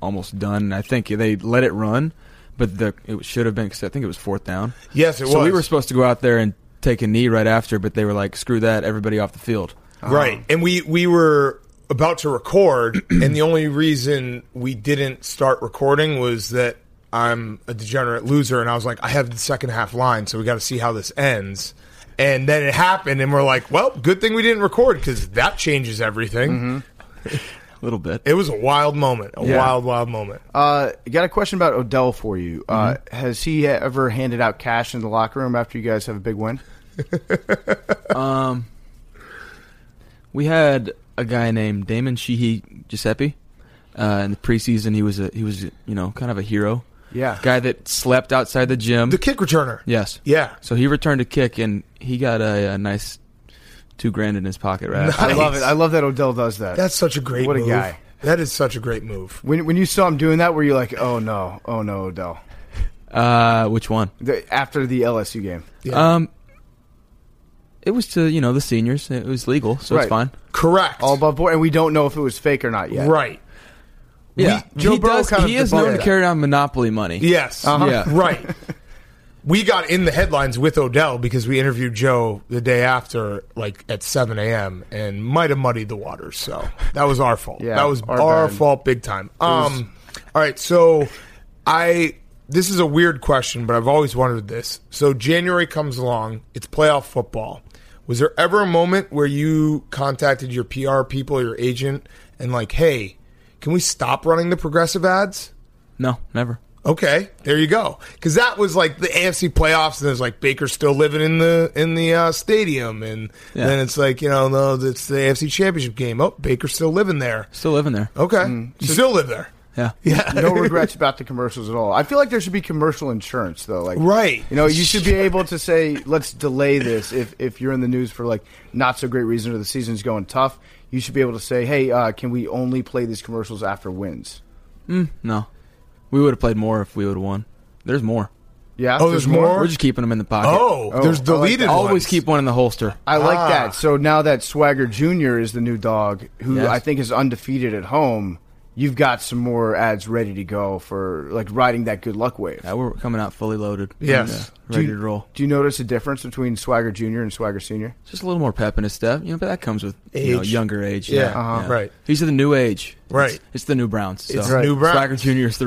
almost done. and I think they let it run, but the it should have been because I think it was fourth down.
Yes, it
so we
was.
were supposed to go out there and take a knee right after, but they were like, "Screw that! Everybody off the field."
Right. And we we were <clears throat> about to record and the only reason we didn't start recording was that I'm a degenerate loser, and I was like, I have the second half line, so we got to see how this ends. And then it happened, and we're like, well, good thing we didn't record because that changes everything.
Mm-hmm.
a little bit.
It was a wild moment, a
Yeah.
wild, wild moment.
Uh, got a question about Odell for you. Uh,
Mm-hmm.
has he ever handed out cash in the locker room after you guys have a big win?
Um, we had a guy named Damon Sheehy Giuseppe. Uh, in the preseason, he was a he was you know kind of a hero
Yeah.
guy that slept outside the gym.
The kick returner.
yes,
Yeah.
So he returned a kick and he got a, a nice two grand in his pocket. Right, after.
I love it. I love that Odell does that.
That's such a great
What a
move.
guy.
That is such a great move.
when when you saw him doing that, were you like, oh no, oh no, Odell?
<laughs> Uh, which one?
The, after the LSU game,
Yeah.
Um, it was to you know the seniors. It was legal, so
Right.
it's fine.
Correct.
all above board, and we don't know if it was fake or not yet.
Right.
Yeah,
Joe
he
Burrow
does.
kind of
he is known
debunked
to
that.
carry down monopoly money.
Yes.
Uh-huh.
Yeah.
<laughs> Right. We got in the headlines with Odell because we interviewed Joe the day after, like at 7 a.m., and might have muddied the waters. So that was our fault.
Yeah,
that was
our
our,
bad.
fault big time. Um, all right. So I, this is a weird question, but I've always wondered this. So January comes along, it's playoff football. Was there ever a moment where you contacted your PR people, your agent, and like, hey, can we stop running the progressive ads?
No, never.
Okay, there you go. Because that was like the AFC playoffs, and there's like Baker still living in the in the uh, stadium, and
Yeah.
then it's like you know, no, it's the AFC championship game. Oh, Baker's still living there.
Still living there.
Oh.
Okay, you still live there.
Yeah.
Yeah,
Mm. no regrets about the commercials at all. I feel like there should be commercial insurance though. Like
Right.
you know, you should be able to say, let's delay this if if you're in the news for like not so great reason or the season's going tough. You should be able to say, hey, uh, can we only play these commercials after wins?
No, we would have played more if we would have won. There's more.
Yeah.
Oh, there's more?
We're just keeping them in the pocket.
<laughs> Oh,
Oh, I
there's
like
deleted.
that.
always
ones.
keep one in the holster.
I like
Ah.
that. So now that Swagger Jr. is the new dog, who
Yes.
I think is undefeated at home, you've got some more ads ready to go for like riding that good luck wave.
Yeah, we're coming out fully loaded.
Yes.
Yeah, ready
Do you-
to roll.
Do you notice a difference between Swagger Jr. and Swagger Sr.?
Just a little more pep in his step, you know. But that comes with you know,
Age.
younger age.
Yeah,
Yeah,
uh-huh, right.
He's of the new age.
Right.
It's, it's the new Browns. So.
It's New Browns.
Swagger Junior is the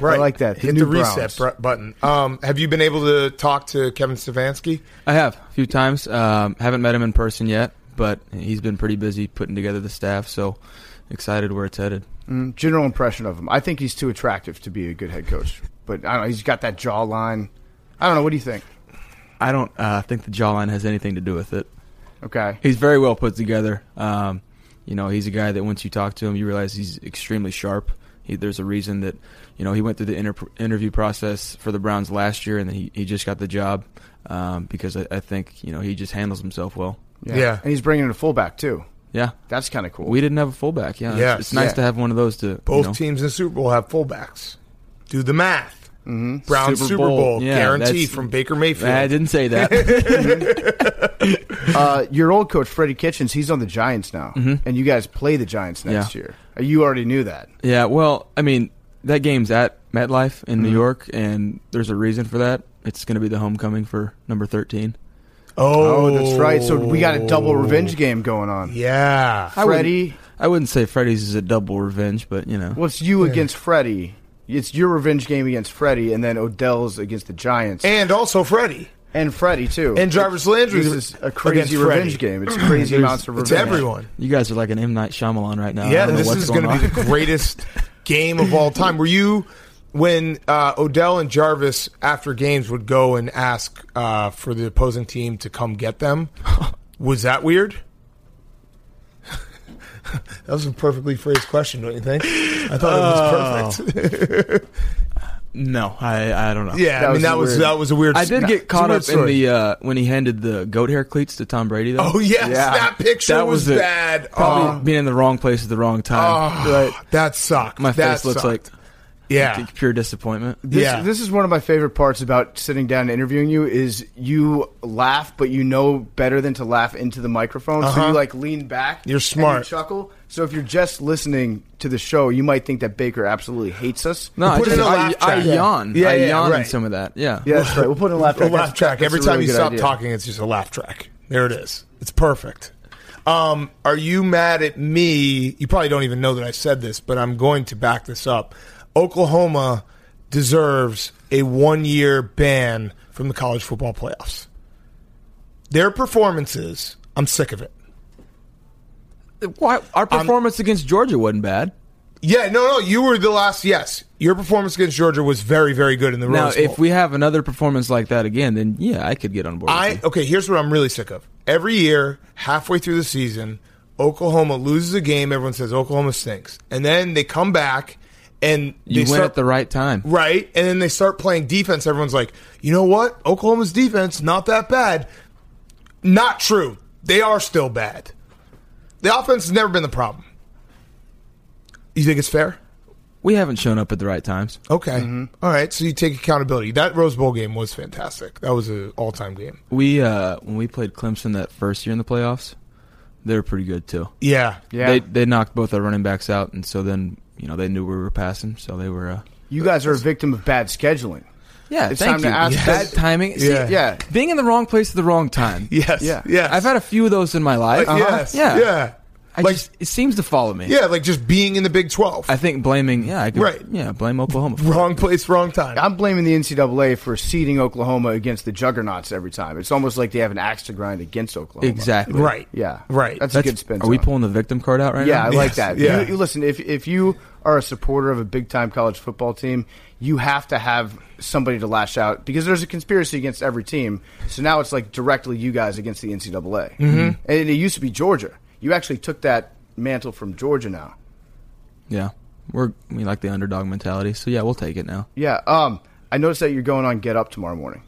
<laughs> Right,
like that. The
Hit
new
the reset
Browns.
br- button. Um, have you been able to talk to Kevin Stefanski?
I have a few times. Um, haven't met him in person yet, but he's been pretty busy putting together the staff. So excited where it's headed.
Mm, General impression of him. I think he's too attractive to be a good head coach. But I don't know. He's got that jawline. I don't know. What do you think?
I don't uh, think the jawline has anything to do with it.
Okay.
He's very well put together. Um, you know, he's a guy that once you talk to him, you realize he's extremely sharp. He, there's a reason that you know he went through the inter- interview process for the Browns last year, and then he, he just got the job um, because I, I think you know he just handles himself well.
Yeah.
And he's bringing in a fullback, too.
Yeah,
That's kind of cool.
we didn't have a fullback. Yeah, it's-
Yes.
it's, nice
Yeah.
to have one of those to you
Both
know,
teams in the Super Bowl have fullbacks. Do the math. Mm-hmm. Brown Super,
Super
Bowl,
Bowl. Yeah,
guarantee
that's-
from Baker Mayfield.
I didn't
<laughs>
say that.
uh, your old coach, Freddie Kitchens, he's on the Giants now.
Mm-hmm.
And you guys play the Giants next
Yeah.
year. Uh, You already knew that.
yeah, well, I mean that game's at MetLife in
Mm-hmm.
New York, and there's a reason for that. It's going to be the homecoming for number thirteen.
Oh,
Oh, that's right. So we got a double revenge game going on.
Yeah.
I wouldn't-
Freddie,
I wouldn't say Freddy's is a double revenge, but you know.
well, it's you against Freddie. It's your revenge game against Freddie, and then Odell's against the Giants and,
And also Freddie.
Freddie too.
And Jarvis Landry.
This is a crazy revenge game. It's
<clears throat>
crazy amounts of revenge.
It's everyone.
You guys are like an M Night Shyamalan right now. I
Yeah,
don't know
this
what's
is going to
going
be
<laughs>
<laughs>
on.
the greatest game of all time. Were you when uh, Odell and Jarvis after games would go and ask uh, for the opposing team to come get them? <laughs> Was that weird? <laughs> that was a perfectly phrased question, don't you think? I thought it was <laughs> perfect.
no, I I don't know.
yeah,
That
I mean
was
that was
weird.
that was a weird.
I did
it's a
get caught
weird
up in
story.
the uh, when he handed the goat hair cleats to Tom Brady though.
Oh yes,
Yeah.
that picture
That
was,
was it.
bad. Oh.
Probably being in the wrong place at the wrong time.
Oh, That sucked.
uh, My
That
face looks
sucked.
like
yeah,
pure disappointment.
This,
yeah.
this is one of my favorite parts about sitting down and interviewing you is you laugh, but you know better than to laugh into the microphone. So
Uh-huh.
you like lean back.
You're
and
smart.
you chuckle. So if you're just listening to the show, you might think that Baker absolutely hates us.
No, I,
put it
just,
in a
I,
laugh
I
track.
yawn.
Yeah,
I
yeah,
yawn in
right.
some of that. Yeah.
Yeah, that's right. <laughs> We'll put in a laugh
a
track.
laugh
That's-
track.
that's
Every
a
time
really
you
good
stop
idea.
talking, it's just a laugh track. There it is. It's perfect. Um, are you mad at me? You probably don't even know that I said this, but I'm going to back this up. Oklahoma deserves a one year ban from the college football playoffs. Their performances, I'm sick of it.
Why our
Um,
performance against Georgia wasn't bad.
Yeah, no, no, you were the last. Yes, your performance against Georgia was very, very good in the
Now,
Rose Bowl.
if we have another performance like that again, then yeah, I could get on board. with
I
you.
okay. Here's what I'm really sick of. Every year, halfway through the season, Oklahoma loses a game. Everyone says Oklahoma stinks, and then they come back and
you
they
win
start
at the right time.
right, and then they start playing defense. Everyone's like, you know what? Oklahoma's defense not that bad. Not true. They are still bad. The offense has never been the problem. You think it's fair?
We haven't shown up at the right times.
Okay.
Mm-hmm.
All right. So you take accountability. That Rose Bowl game was fantastic. That was an all-time game.
We uh, when we played Clemson that first year in the playoffs, they were pretty good too.
Yeah.
Yeah.
They they knocked both our running backs out, and so then you know they knew we were passing, so they were. Uh,
You guys are a victim of bad scheduling.
yeah,
It's time
thank
to
you.
ask
Bad
this-
timing. See,
Yeah.
Yeah.
being in the wrong place at the wrong time.
Yes.
Yeah.
Yes. Uh-huh.
I've had a few of those in my life.
Yes.
uh-huh. Yeah.
Yeah.
I
like
just it seems to follow me.
yeah, like just being in the Big Twelve.
I think blaming. Yeah, I could,
Right.
Yeah, blame Oklahoma. for it.
wrong place, wrong time.
I'm blaming the NCAA for seeding Oklahoma against the juggernauts every time. It's almost like they have an axe to grind against Oklahoma.
Exactly.
right.
Yeah.
Right.
That's, a
That's-
good spin.
Are we
zone.
pulling the victim card out right
Yeah, I
now?
like
Yes,
that.
yeah.
You, you listen, if if you are a supporter of a big time college football team, you have to have somebody to lash out because there's a conspiracy against every team. So now it's like directly you guys against the NCAA, mm-hmm. and it used to be Georgia. You actually took that mantle from Georgia now.
Yeah. We're we like the underdog mentality, so yeah, we'll take it now.
Yeah. Um, I noticed that you're going on Get Up tomorrow morning.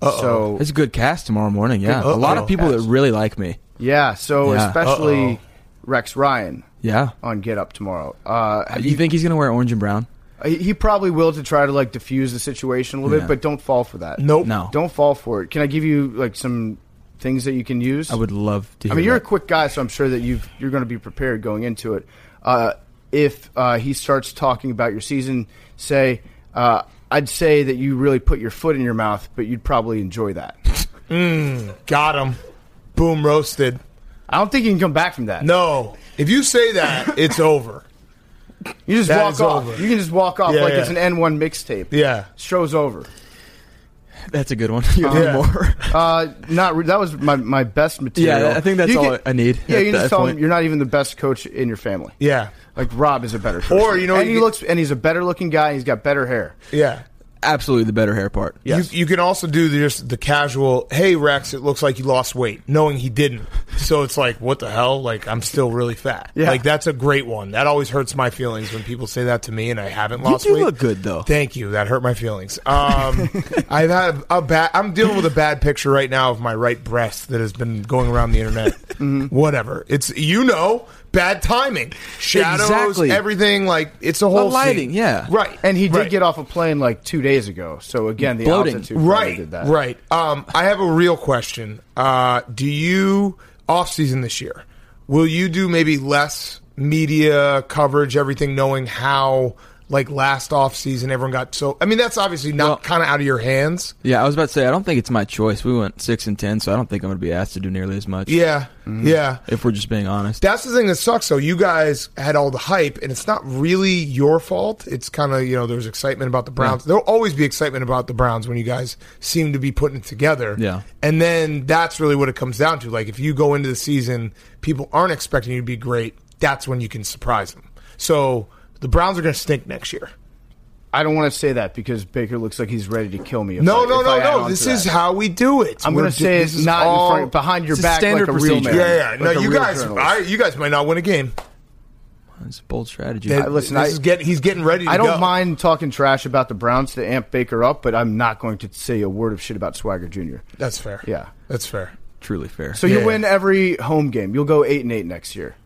So
It's a good cast tomorrow morning. Yeah, a lot
Uh-oh.
of people that really like me.
yeah. So
Yeah.
especially Rex Ryan
Yeah.
on Get Up tomorrow. Uh, have
You think he's gonna wear orange and brown?
He he probably will to try to like diffuse the situation a little
Yeah.
bit, but don't fall for that.
Nope.
No.
Don't fall for it. Can I give you like some things that you can use?
I would love
I
to. Hear
mean, you're a
that.
quick guy, so I'm sure that you've, you're going to be prepared going into it. Uh, if uh, he starts talking about your season, say, uh, "I'd say that you really put your foot in your mouth, but you'd probably enjoy that."
Got him. Boom, roasted.
I don't think you can come back from that.
No, if you say that, it's over.
you just
that
walk
is
off.
over.
You can just walk off
Yeah,
like
yeah.
it's an N1 mixtape.
Yeah.
show's over.
That's a good one. <laughs> You need
Yeah.
more.
Uh, not re- that was my, my best material.
Yeah, I think that's
You
all I need
Yeah, you
at
can
that
just tell
point.
him you're not even the best coach in your family.
Yeah.
Like Rob is a better coach,
Or, you know,
and
you
he
get-
looks and he's a better looking guy. and He's got better hair.
Yeah.
Absolutely, the better hair part.
You, you can also do the, just the casual, hey, Rex, it looks like you lost weight, knowing he didn't. So it's like, what the hell? Like, I'm still really fat.
Yeah.
Like, that's a great one. That always hurts my feelings when people say that to me and I haven't
You
lost
do
weight.
look good though.
Thank you. That hurt my feelings.
<laughs>
Um, I've had a, bad. I'm dealing with a bad picture right now of my right breast that has been going around the
<laughs>
internet.
Mm-hmm.
Whatever. It's you know bad timing, shadows,
Exactly.
everything. Like it's a whole
lighting,
scene.
yeah.
Right.
And he did
right.
get off a plane like two days ago. So again, the
Bloating.
altitude probably
Right.
did that.
Right. Um, I have a real question. Uh, do you off season this year? Will you do maybe less media coverage, everything, knowing how? Like last off season, everyone got so. I mean, that's obviously not
Well-
kind of out of your hands.
Yeah, I was about to say I don't think it's my choice. We went six and ten, so I don't think I'm going to be asked to do nearly as much.
Yeah,
Mm-hmm.
yeah.
If we're just being honest.
That's the thing that sucks. though. you guys had all the hype, and it's not really your fault. It's kind of you know there's excitement about the Browns. There'll always be excitement about the Browns when you guys seem to be putting it together.
Yeah.
and then that's really what it comes down to. Like if you go into the season, people aren't expecting you to be great. That's when you can surprise them. So the Browns are going to stink next year.
I don't want to say that because Baker looks like he's ready to kill me. If
No,
I-
no,
if I
no,
add on
no.
to
This
that.
is how we do it.
I'm
We're
going to
do-
say
this
it's
is
not
all-
in front, behind your
It's a
back like a
standard
real man.
procedure.
Yeah, yeah. No,
Like a
you
real
guys.
journalist.
I, you guys might not win a game.
It's a bold strategy.
That-
listen,
this
I-
is get- he's getting ready. To
I don't
go.
mind talking trash about the Browns to amp Baker up, but I'm not going to say a word of shit about Swagger Jr.
That's fair.
Yeah.
that's fair.
Truly fair.
So
Yeah.
you win every home game. You'll go eight and eight next year.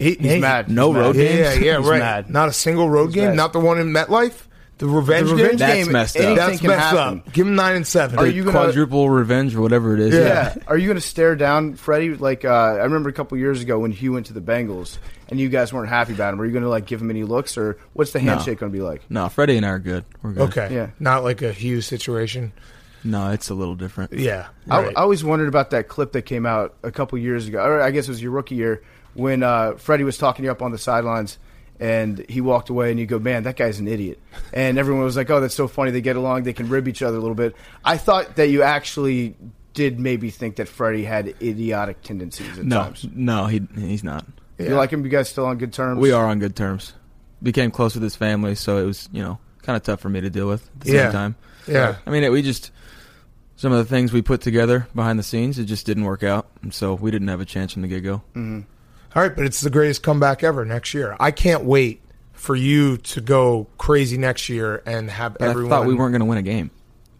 Eight and
He's mad.
no
He's mad.
road
Yeah,
games?
yeah, yeah,
He's
right.
mad.
Not a single road game.
mad.
Not the one in MetLife. The revenge,
The
game.
revenge
That's
game,
messed up.
anything
That's
can
messed
happen.
up. Give him nine and seven.
Are you gonna-
quadruple revenge or whatever it is.
Yeah. <laughs> Are you going to stare down Freddie? Like uh, I remember a couple years ago when Hugh went to the Bengals and you guys weren't happy about him. Were you going to like give him any looks or what's the handshake going to be like?
No, Freddie and I are good. We're good.
okay?
Yeah.
Not like a Hughes situation.
No, it's a little different.
Yeah.
I,
right.
I always wondered about that clip that came out a couple years ago, or I guess it was your rookie year when uh, Freddie was talking to you up on the sidelines. And he walked away, and you go, man, that guy's an idiot. And everyone was like, oh, that's so funny. They get along. They can rib each other a little bit. I thought that you actually did maybe think that Freddie had idiotic tendencies at
No,
times.
no, he he's not.
You like him? You guys still on good terms?
We are on good terms. Became close with his family, so it was you know kind of tough for me to deal with at the
Yeah.
same time.
Yeah.
I mean, it, we just some of the things we put together behind the scenes, it just didn't work out, and so we didn't have a chance from the get
Mm-hmm.
go.
All right, but it's the greatest comeback ever next year. I can't wait for you to go crazy next year and have
But I
everyone.
thought we weren't going to win a game.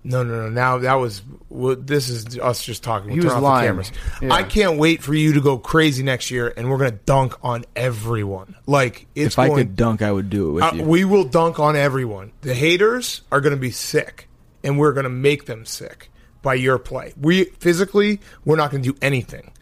No, no, no. Now that was well, this is us just talking. We'll
He
turn
was
off
lying.
The cameras.
Yeah.
I can't wait for you to go crazy next year, and we're gonna dunk on everyone. Like it's
If I
going.
could dunk, I would do it with
Uh,
you.
we will dunk on everyone. The haters are going to be sick, and we're going to make them sick by your play. We physically, we're not going to do anything,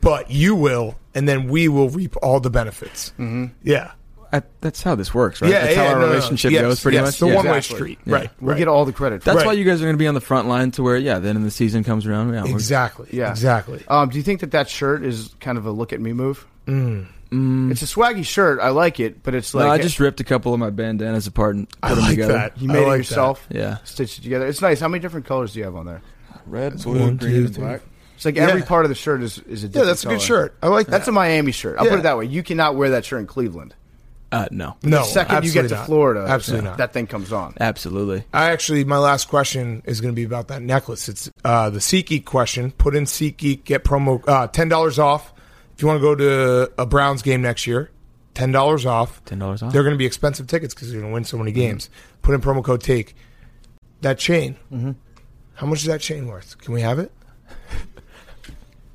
but you will, and then we will reap all the benefits. Mm-hmm. Yeah,
I, that's how this works, right?
yeah,
that's
yeah,
how our
no, no, no.
relationship
Yes,
goes, pretty
yes,
much.
The
Yeah.
one way
Exactly.
street,
Yeah.
right?
We
right.
get all the credit. For
That's
it.
why
Right.
you guys are going to be on the front line to where, yeah, then when the season comes around, yeah, we're-
exactly,
Yeah.
exactly.
Um, do you think that that shirt is kind of a look at me move? It's a swaggy shirt. I like it, but it's like
Mm. No, I just ripped a couple of my bandanas apart and put
I
them
like
together.
that.
you
I
made
like
it
that.
yourself.
Yeah.
stitched it together. It's nice. How many different colors do you have on there?
Red,
blue, green, and black.
It's like every
Yeah.
part of the shirt is is a different
Yeah, that's a good
color.
shirt. I like
That's
that.
a Miami shirt. I'll put
Yeah.
it that way. You cannot wear that shirt in Cleveland.
Uh, no,
no.
the second you get
absolutely
to
not.
Florida,
absolutely not.
That thing comes on.
absolutely.
I actually, my last question is going to be about that necklace. It's uh, the SeatGeek question. Put in SeatGeek, get promo uh, ten dollars off if you want to go to a Browns game next year. Ten dollars off.
Ten dollars off.
They're going to be expensive tickets because you're going to win so many games. Put in promo code take that chain. How much is that chain worth? Can we have it?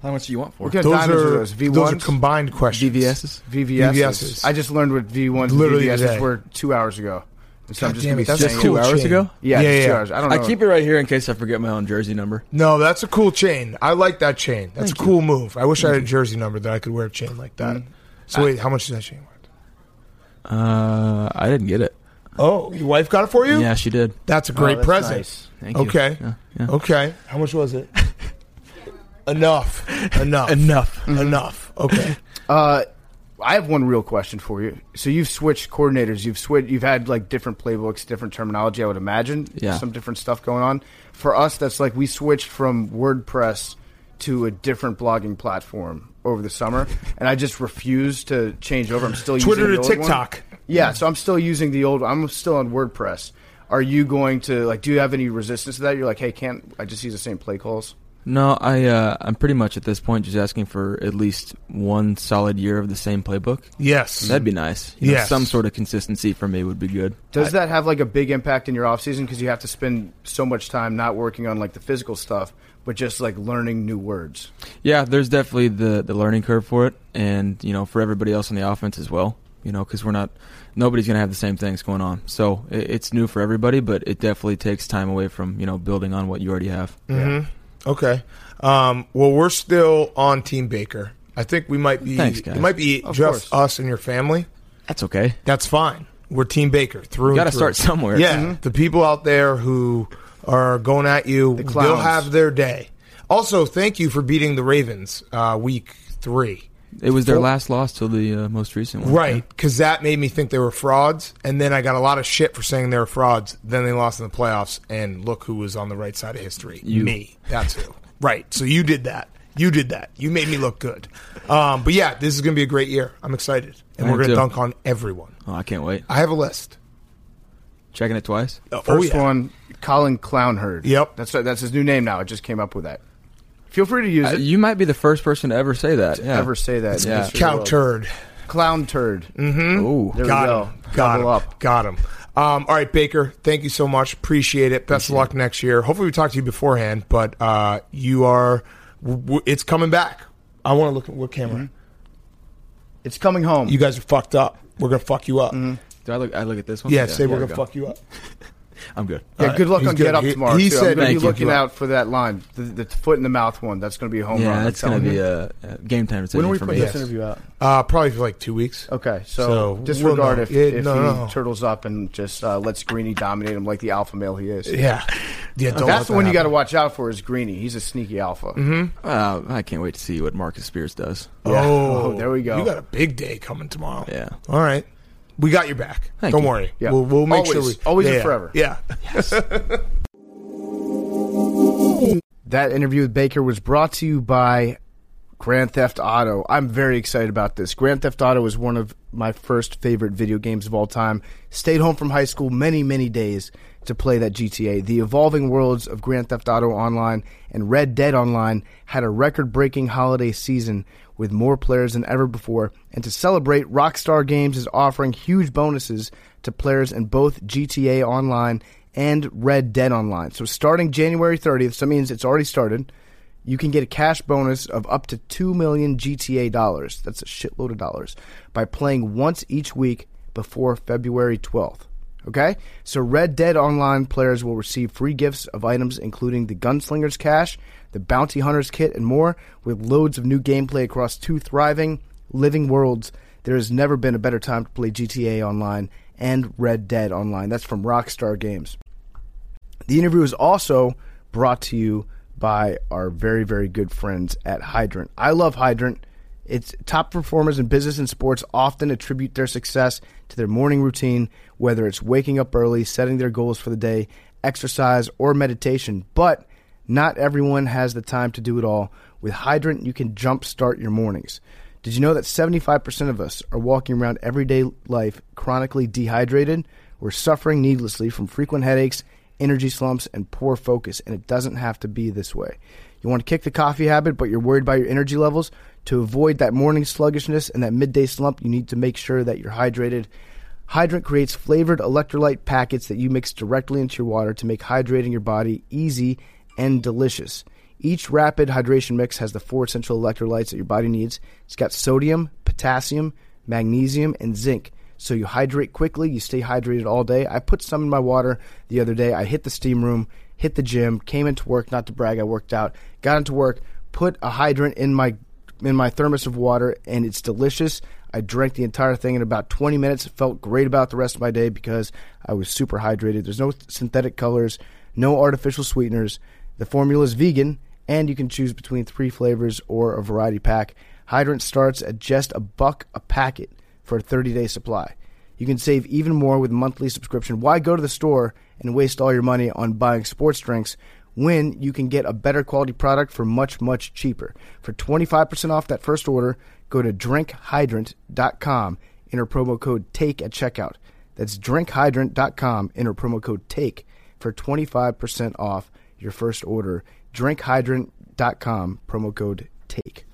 How much do you want for
What kind of diamonds are, those? V
those are
ones,
combined questions.
DVSs?
VVSs.
VVSs.
I just learned what V ones and
Literally
VVSs
today.
were two hours ago. And So I'm
God
just
damn
gonna
it,
be
that's a
saying
cool
two hours
chain.
ago?
Yeah,
Yeah, just two
yeah.
hours. I don't know.
I keep it right here in case I forget my own jersey number.
No, that's a cool chain. I like that chain. That's a cool move. I wish I had a jersey number that I could wear a chain like that. So wait, how much is that chain worth?
Uh, I didn't get it.
Oh, your wife got it for you?
Yeah, she did.
That's a great
that's
present.
nice.
Thank you.
Okay.
Yeah, yeah.
Okay. How much was it? <laughs> Enough. Enough. <laughs>
Enough.
Enough. Okay.
Uh, I have one real question for you. So you've switched coordinators. You've switched. You've had like different playbooks, different terminology. I would imagine.
Yeah.
Some different stuff going on. For us, that's like we switched from WordPress to a different blogging platform over
<laughs>
the summer, and I just refuse to change over. I'm still
Twitter
using the
to
old one.
TikTok.
Yeah. So I'm still using the old. I'm still on WordPress. Are you going to like? Do you have any resistance to that? You're like, hey, can't I just use the same play calls?
No, I uh, I'm pretty much at this point just asking for at least one solid year of the same playbook.
Yes.
That'd be nice. You know,
Yes.
some sort of consistency for me would be good.
Does that have like a big impact in your off season because you have to spend so much time not working on like the physical stuff, but just like learning new words?
Yeah, there's definitely the the learning curve for it, and you know for everybody else on the offense as well. You know, because we're not nobody's gonna have the same things going on, so it, it's new for everybody, but it definitely takes time away from you know building on what you already have.
Mm-hmm. okay. Um, well, we're still on Team Baker. I think we might be.
Thanks, guys.
It might be
Of
just
course.
us and your family.
That's okay.
That's fine. We're Team Baker through. and
gotta
through.
start somewhere.
Yeah,
Mm-hmm.
the people out there who are going at you, they'll
clowns.
have their day. Also, thank you for beating the Ravens uh, week three.
It was their last loss till the uh, most recent one.
Right, because that made me think they were frauds, and then I got a lot of shit for saying they were frauds. Then they lost in the playoffs, and look who was on the right side of history. Me. That's who. right. So you did that. You did that. You made me look good. Um, but yeah, this is going to be a great year. I'm excited, and
I
we're
am
going to
too.
dunk on everyone.
Oh, I can't wait.
I have a list.
Checking it twice.
Uh, oh,
First
yeah.
one, Colin Clownherd.
Yep.
that's that's his new name now. I just came up with that. Feel free to use
Uh,
it.
you might be the first person to ever say that. Yeah.
Ever say that? in
Yeah.
the history of the
Cow
world.
turd. Mm-hmm.
Clown turd.
Ooh.
Got
There we go.
him. Got him.
Double up.
Got him. Um, all right, Baker. Thank you so much. Appreciate it. Best of luck next year. Hopefully, we talked to you beforehand, but uh, you are. W- w- it's coming back. I want to look at what camera.
Mm-hmm. It's coming home.
You guys are fucked up. We're gonna fuck you up.
Mm-hmm.
Do I look? I look at this one.
Yeah, say we're
there we
gonna
go.
fuck you up.
I'm good.
yeah,
All
good
right.
luck
He's
on Get
good.
Up
He-
tomorrow.
he
too.
said-
I'm going to
Thank
be
you.
looking out for that line, the, the foot in the mouth one. That's going to be a home run.
Yeah,
I'm
that's gonna
telling
be
you.
a, a game time
When
decision
are we
for
putting
me.
this
Yes.
interview out?
Uh, probably for like two weeks.
Okay,
So,
so,
we'll
disregard
know.
if,
Yeah,
if
no,
he
no.
turtles up and just uh, lets Greeny dominate him like the alpha male he is.
Yeah, yeah. Don't let
That's the
that
one you got
happen.
to
Mm-hmm.
watch out for is Greeny. He's a sneaky alpha.
Uh, I can't wait to see what Marcus Spears does.
Yeah.
Oh,
Oh, there we go.
You got a big day coming tomorrow.
Yeah.
All right.
We got your back.
Thank
Don't
you.
worry.
Yeah.
We'll, we'll make
Always.
sure we
Always
yeah,
and
yeah.
forever.
Yeah.
That interview with Baker was brought to you by Grand Theft Auto. I'm very excited about this. Grand Theft Auto was one of my first favorite video games of all time. Stayed home from high school many, many days to play that GTA. The evolving worlds of Grand Theft Auto Online and Red Dead Online had a record breaking holiday season with more players than ever before. And to celebrate, Rockstar Games is offering huge bonuses to players in both GTA Online and Red Dead Online. So starting January 30th, so that means it's already started you can get a cash bonus of up to 2 million GTA dollars. That's a shitload of dollars by playing once each week before February 12th. Okay? So Red Dead Online players will receive free gifts of items including the Gunslinger's Cash, the Bounty Hunter's Kit, and more, with loads of new gameplay across two thriving, living worlds. There has never been a better time to play GTA Online and Red Dead Online. That's from Rockstar Games. The interview is also brought to you by our very, very good friends at Hydrant. I love Hydrant. Its top performers in business and sports often attribute their success to their morning routine, whether it's waking up early, setting their goals for the day, exercise, or meditation. But not everyone has the time to do it all. With Hydrant, you can jumpstart your mornings. Did you know that 75% of us are walking around everyday life chronically dehydrated? We're suffering needlessly from frequent headaches, energy slumps, and poor focus, and it doesn't have to be this way. You want to kick the coffee habit, but you're worried about your energy levels? To avoid that morning sluggishness and that midday slump, you need to make sure that you're hydrated. Hydrant creates flavored electrolyte packets that you mix directly into your water to make hydrating your body easy and delicious. Each rapid hydration mix has the four essential electrolytes that your body needs. It's got sodium, potassium, magnesium, and zinc. So you hydrate quickly, you stay hydrated all day. I put some in my water the other day. I hit the steam room, hit the gym, came into work, not to brag, I worked out, got into work, put a hydrant in my in my thermos of water and it's delicious. I drank the entire thing in about 20 minutes. Felt great about the rest of my day because I was super hydrated. There's no synthetic colors, no artificial sweeteners. The formula is vegan and you can choose between three flavors or a variety pack. Hydrant starts at just a buck a packet for a 30-day supply. You can save even more with monthly subscription. Why go to the store and waste all your money on buying sports drinks when you can get a better quality product for much, much cheaper? For 25% off that first order, go to drinkhydrant.com, enter promo code TAKE at checkout. That's drinkhydrant.com, enter promo code TAKE for 25% off your first order. Drinkhydrant.com, promo code TAKE.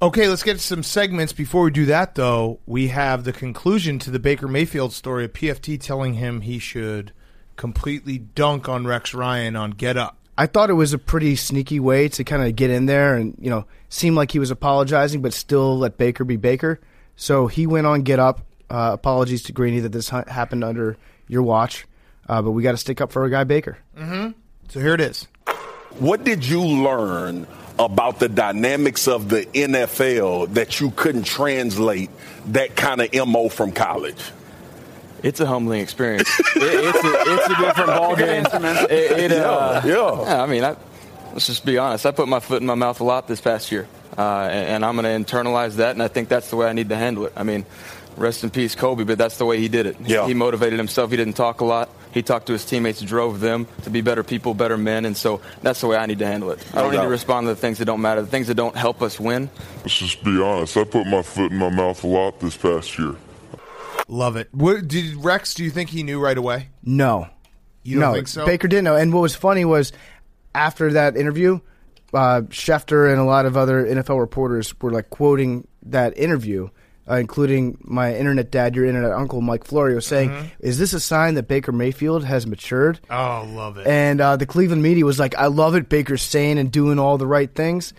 Okay, let's get to some segments. Before we do that, though, we have the conclusion to the Baker Mayfield story of PFT telling him he should completely dunk on Rex Ryan on Get Up.
I thought it was a pretty sneaky way to kind of get in there and you know seem like he was apologizing, but still let Baker be Baker. So he went on Get Up. Uh, apologies to Greeny that this ha- happened under your watch, uh, but we got to stick up for our guy Baker.
So here it is.
What did you learn about the dynamics of the NFL that you couldn't translate that kind of MO from college?
It's a humbling experience. <laughs> It- it's, a, it's a
<laughs>
different ballgame. It, it, uh,
Yeah, yeah.
I mean, I, let's just be honest. I put my foot in my mouth a lot this past year, uh, and, and I'm going to internalize that, and I think that's the way I need to handle it. I mean, rest in peace, Kobe, but that's the way he did it.
Yeah.
He motivated himself. He didn't talk a lot. He talked to his teammates, drove them to be better people, better men, and so that's the way I need to handle it. I
No
don't need to
doubt.
respond to the things that don't matter, the things that don't help us win.
Let's just be honest. I put my foot in my mouth a lot this past year.
Love it. What, did Rex? Do you think he knew right away?
No,
You don't
no,
think so?
Baker didn't know. And what was funny was after that interview, uh, Schefter and a lot of other NFL reporters were like quoting that interview, uh, including my internet dad, your internet uncle, Mike Florio, saying,
Mm-hmm.
"Is this a sign that Baker Mayfield has matured?"
Oh, love it.
And uh, the Cleveland media was like, "I love it. Baker's saying and doing all the right things.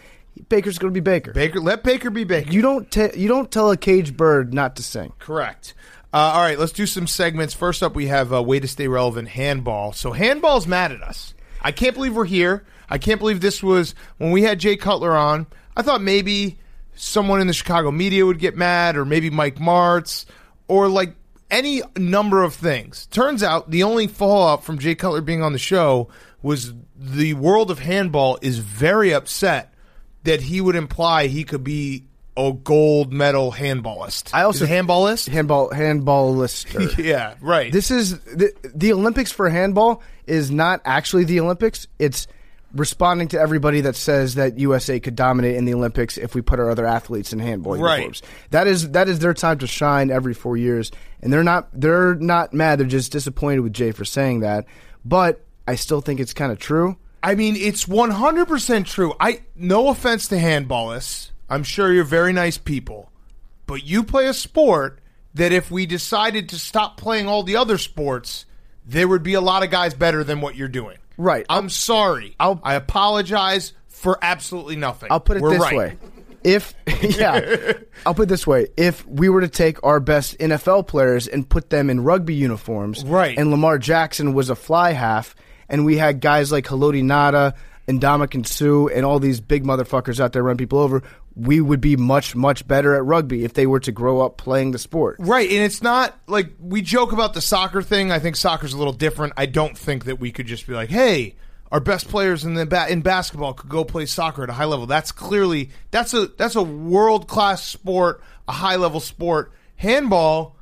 Baker's going to be Baker.
Baker, let Baker be Baker.
you don't te- you don't tell a caged bird not to sing."
Correct. Uh, all right, let's do some segments. First up, we have uh, way to stay relevant handball. So handball's mad at us. I can't believe we're here. I can't believe this was when we had Jay Cutler on. I thought maybe someone in the Chicago media would get mad, or maybe Mike Martz, or like any number of things. Turns out the only fallout from Jay Cutler being on the show was the world of handball is very upset that he would imply he could be a gold medal handballist. I also handballist.
handball
<laughs>
handballister.
yeah, right.
This is the, the Olympics for handball is not actually the Olympics. It's responding to everybody that says that USA could dominate in the Olympics if we put our other athletes in handball
Right.
uniforms. That is that is their time to shine every 4 years and they're not they're not mad, they're just disappointed with Jay for saying that. But I still think it's kind of true.
I mean, it's 100% true. I no offense to handballists. I'm sure you're very nice people. But you play a sport that if we decided to stop playing all the other sports, there would be a lot of guys better than what you're doing.
Right.
I'm sorry. I'll, I apologize for absolutely nothing.
I'll put it
We're
this
right.
way. If <laughs> yeah, I'll put it this way. If we were to take our best NFL players and put them in rugby uniforms,
Right.
And Lamar Jackson was a fly half, and we had guys like Haloti Nada and Dominican Sue and all these big motherfuckers out there run people over, we would be much much better at rugby if they were to grow up playing the sport.
Right, and it's not like we joke about the soccer thing. I think soccer's a little different. I don't think that we could just be like, "Hey, our best players in the ba- in basketball could go play soccer at a high level." That's clearly that's a that's a world class sport, a high level sport. Handball,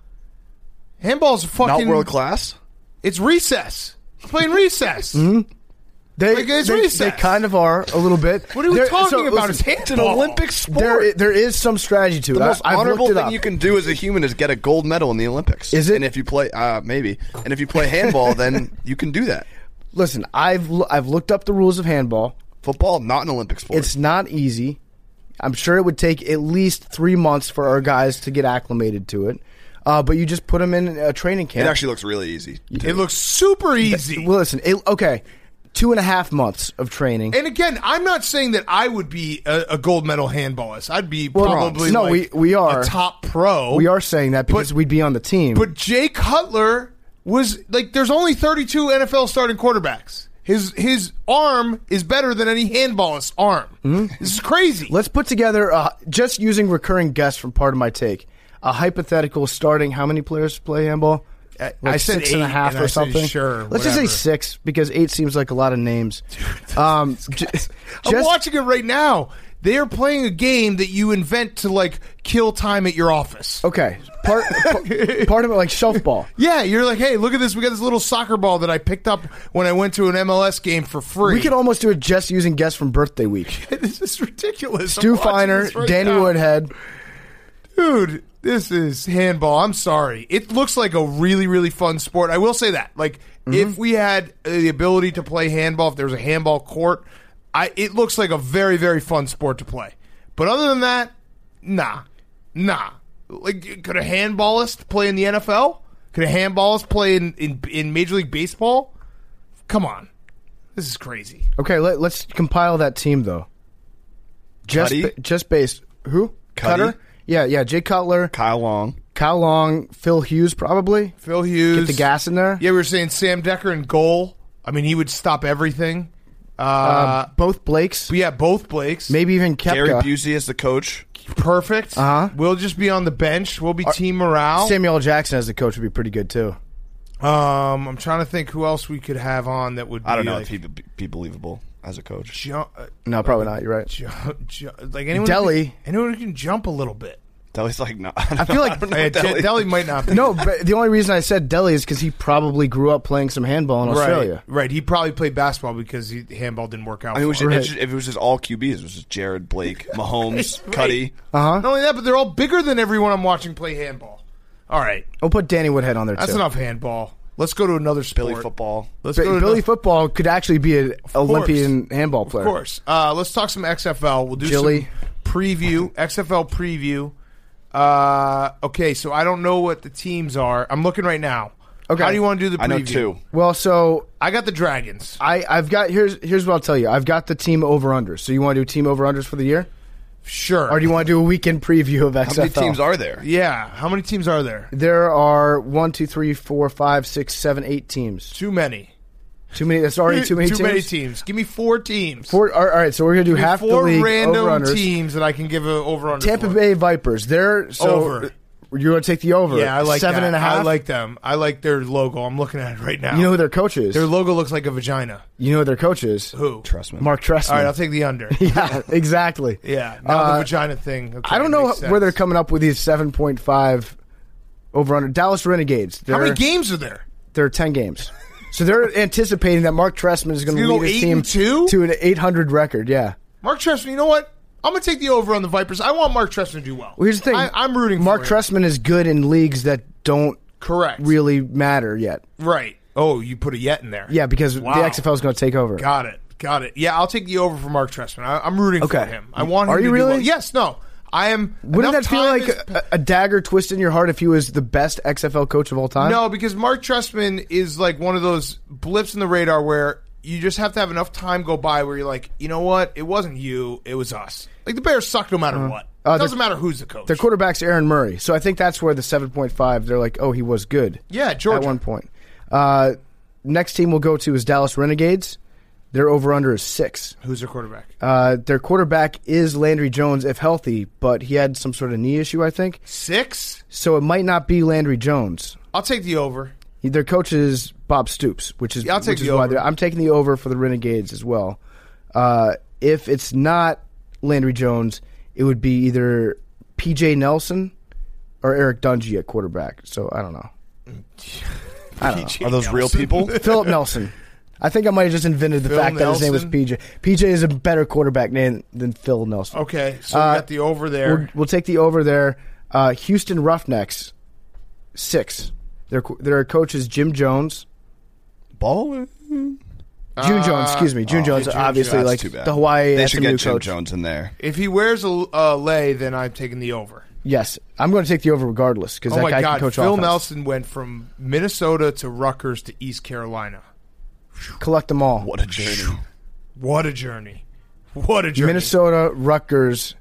handball's
Not
fucking
world class.
It's recess. It's
<laughs>
playing recess.
Mm-hmm. They,
Like, it's
they,
recess.
they kind of are a little bit.
What are we
There-
talking
so,
about?
listen,
it's
It's an
handball.
Olympic sport.
There, there is some strategy to it.
the most
I, I've
honorable
looked it
thing
up.
you can do as a human is get a gold medal in the Olympics.
Is it?
And if you play, uh, maybe. And if you play handball, then you can do that.
Listen, I've lo- I've looked up the rules of handball.
Football, not an Olympic sport.
It's not easy. I'm sure it would take at least three months for our guys to get acclimated to it. Uh, but you just put them in a training
it
camp.
actually looks really easy.
It looks super easy.
well, listen, it, okay, two and a half months of training.
and again, I'm not saying that I would be a, a gold medal handballist. I'd be probably
no,
like
we- we are.
a top pro.
we are saying that because we'd be on the team.
But Jay Cutler was like, there's only 32 NFL starting quarterbacks. His his arm is better than any handballist's arm. This is crazy.
Mm-hmm. Let's put together uh, just using recurring guests from part of my take. A hypothetical starting. How many players play handball?
I-
Like
Uh, I said
six and a
eight,
half
and
or
I said
something.
sure,
Let's just say
whatever.
six because eight seems like a lot of names.
<laughs>
um, ju-
I'm
just-
watching it right now. They are playing a game that you invent to like kill time at your office.
Okay, part
<laughs>
pa- part of it like shelf ball.
Yeah, you're like, hey, look at this. We got this little soccer ball that I picked up when I went to an MLS game for free.
We could almost do it just using guests from
<laughs>
birthday week.
this is ridiculous. I'm
Stu
watching
Feiner,
this right
Danny
now.
Woodhead.
dude this is handball i'm sorry it looks like a really really fun sport i will say that like
Mm-hmm.
if we had uh, the ability to play handball if there was a handball court i it looks like a very very fun sport to play but other than that nah nah like could a handballist play in the nfl could a handballist play in in, in major league baseball come on this is crazy
Okay, let, let's compile that team though. Just
Cuddy?
ba- just based who
Cuddy?
Cutter? Yeah, yeah. Jay Cutler,
Kyle Long.
Kyle Long, Phil Hughes, probably.
phil hughes
Get the gas in there.
yeah we were saying sam decker in goal i mean he would stop everything uh
Um,
Uh, both Blakes,
But yeah, both Blakes.
maybe even
Gary
Kepka.
Busey is the coach.
perfect.
Uh-huh.
We'll just be on the bench. We'll be team morale.
Samuel L. Jackson as the coach would be pretty good too.
um, I'm trying to think who else we could have on that would. Be
I don't know
Like,
if he'd be- be believable as a coach.
jump, uh,
No, probably not.
<laughs>
You're right.
jump, like anyone.
Delhi.
who can- anyone who can jump a little bit.
Deli's like, <laughs> no. I,
feel like-
don't know,
Hey,
Deli.
Delhi. might not. Be.
No, but the only reason I said Delhi is because he probably grew up playing some handball in
right,
Australia.
right. He probably played basketball because he, handball didn't work out.
I mean, we
for
should,
him.
it should- if it was just all QBs, it was just Jared,
<laughs>
Blake, Mahomes,
Right.
Cuddy.
Uh huh.
Not only that, but they're all bigger than everyone I'm watching play handball. All right,
We'll put Danny Woodhead on there too.
that's enough handball. Let's go to another sport.
Billy football.
Let's
But
go to
Billy
another-
football could actually be an Olympian handball player.
Of course. Uh, let's talk some XFL. We'll do
Jilly.
some preview XFL preview. Uh, okay, so I don't know what the teams are. I'm looking right now.
Okay.
How do you want to do the preview?
I know two.
Well, so
I got the Dragons.
I, I've got here's here's what I'll tell you. I've got the team over unders. So you want to do team over unders for the year,
Sure.
or do you want to do a weekend preview of XFL?
How many teams are there?
yeah. How many teams are there?
There are one, two, three, four, five, six, seven, eight teams.
Too many.
Too many. That's already too many
Too
teams.
many teams. Give me four teams.
Four, all right, so we're gonna do
Give me
half
four
the league
random
over unders.
teams that I can give a over under.
Tampa Bay Vipers. They're so
Over.
You're going to take the over.
Yeah, I like
seven
that.
and a half.
I like them. I like their logo. I'm looking at it right now.
You know who their coach is.
their logo looks like a vagina.
you know who their coach is.
Who?
Trustman.
Mark Trestman.
All right, I'll take the under.
<laughs> yeah, exactly.
Yeah, now
Uh,
the vagina thing. Okay,
I don't know
makes sense.
where they're coming up with these seven point five over under Dallas Renegades. They're,
How many games are there?
They're ten games,
<laughs>
so they're anticipating that Mark Trestman is going to
He's gonna
lead
go
his
eight
team
and two?
to an eight hundred record. Yeah.
Mark Trestman. You know what? I'm gonna take the over on the Vipers. I want Mark Trestman to do well.
Well, here's the thing.
I, am rooting.
Mark
for him.
Trestman is good in leagues that don't
Correct.
really matter yet.
Right. Oh, you put a yet in there.
Yeah, because
Wow.
the XFL is going to take over.
Got it. Got it. Yeah, I'll take the over for Mark Trestman. I, I'm rooting for
Okay.
him. I want. Him
Are
to
you
do
really?
well. Yes. No. I am.
Wouldn't
enough
that feel
time
like
has-
a, a dagger twist in your heart if he was the best XFL coach of all time?
No, because Mark Trestman is like one of those blips in the radar where you just have to have enough time go by where you're like, you know what? It wasn't you. It was us. Like the Bears suck no matter what.
Uh,
it doesn't
they're-
matter who's the coach.
Their quarterback's Aaron Murray. So I think that's where the 7.5, they're like, oh, he was good.
Yeah, Georgia.
At one point. Uh, next team we'll go to is Dallas Renegades. Their over under is six.
who's their quarterback?
Uh, their quarterback is Landry Jones if healthy, but he had some sort of knee issue, I think.
Six.
So it might not be Landry Jones.
I'll take the over.
Their coach is Bob Stoops, which is
Yeah, I'll take
which is
the
why
over.
they're- I'm taking the over for the Renegades as well. Uh, if it's not Landry Jones, it would be either PJ Nelson or Eric Dungy at quarterback. So I don't know.
Are
<laughs>
those real people?
Philip Nelson. I think I might have just invented the
Phil
fact that his name was
Nelson.
PJ. PJ is a better quarterback name than Phil Nelson.
Okay, so
Uh,
we got the over there.
We'll, we'll take the over there. Uh, Houston Roughnecks, six. Their co- their coach is Jim Jones.
Baller.
June Jones, excuse me. June Jones,
Uh, oh, June
obviously,
Jones.
like
That's too bad.
the Hawaii
They
SMU
should get Jim
coach.
Jones in there.
If he wears a uh, lay, then I'm taking the over.
Yes, I'm going to take the over regardless because
Oh
that
my
guy
God!
can coach
Phil
offense.
Nelson went from Minnesota to Rutgers to East Carolina.
Collect them all.
What a journey.
What a journey! What a journey!
Minnesota, Rutgers,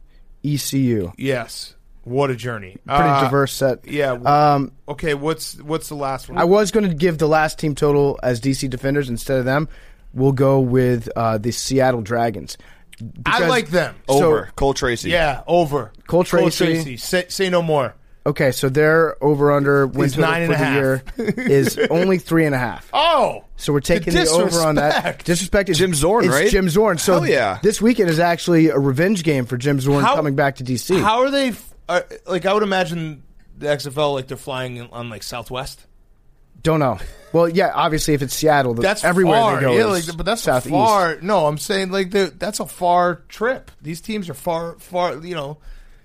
ECU.
Yes. What a journey!
Pretty
Uh,
diverse set.
Yeah.
Um,
okay. What's what's the last one?
I was going to give the last team total as DC defenders instead of them. We'll go with uh, the Seattle Dragons.
I
because- Oh,
like them.
Over. Cole Tracy.
Yeah. Over.
Cole Tracy.
Say, say no more.
Okay, so their over under win
Is
total
nine and
for
a
the
half. <laughs>
year is only three and a half.
Oh.
So we're taking the, over on that. Disrespect is
Jim Zorn,
it's
right?
Jim Zorn. So
Hell yeah.
this weekend is actually a revenge game for Jim Zorn
How-
coming back to DC.
How are they? f- Are, like I would imagine the XFL like they're flying in- on like Southwest.
Don't know. Well, yeah, obviously if it's Seattle, th-
That's
everywhere
far.
they go.
Yeah,
is
like, but that's
southeast.
a far. No, I'm saying like the, that's a far trip. These teams are far, far. You know,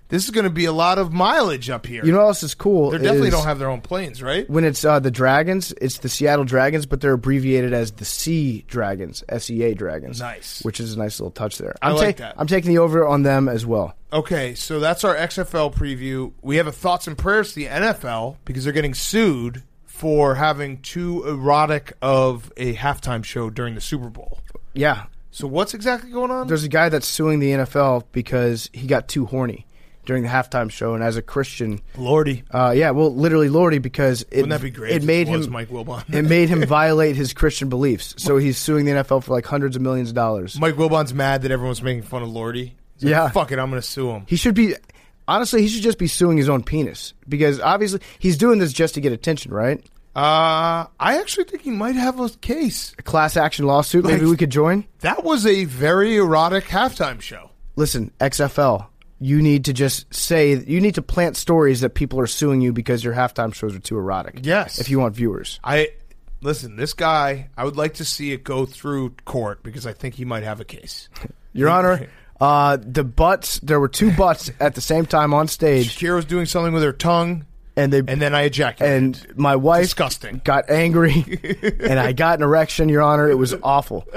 this is going to be a lot of mileage up here.
You know what else is cool?
they definitely
is
don't have their own planes, right?
when it's uh, the Dragons. It's the Seattle Dragons, but they're abbreviated as the Sea Dragons, SEA Dragons.
Nice.
which is a nice little touch there.
I
I'm
like
ta-
that.
I'm taking the over on them as well.
Okay, so that's our XFL preview. We have a thoughts and prayers to the NFL because they're getting sued for having too erotic of a halftime show during the Super Bowl.
Yeah,
So what's exactly going on?
there's a guy that's suing the NFL because he got too horny during the halftime show, and as a Christian,
Lordy,
uh, yeah, well, literally Lordy, because it,
wouldn't that be great? if
It made
was
him
Mike Wilbon.
it
<laughs>
made him violate his Christian beliefs, so he's suing the NFL for like hundreds of millions of dollars.
Mike Wilbon's mad that everyone's making fun of Lordy. He's like,
Yeah.
fuck it, I'm going to sue him.
He should be honestly, he should just be suing his own penis because obviously he's doing this just to get attention, right?
Uh, I actually think he might have a case.
A class action lawsuit, maybe
Like-
we could join.
That was a very erotic halftime show.
Listen, XFL, you need to just say you need to plant stories that people are suing you because your halftime shows are too erotic.
Yes.
if you want viewers.
I listen. This guy, I would like to see it go through court because I think he might have a case.
Your Honor, uh, the butts. There were two butts at the same time on stage,
Shakira was doing something with her tongue,
and they
and then I ejaculated.
and my wife
Disgusting.
got angry, and I got an erection. Your Honor, it was awful.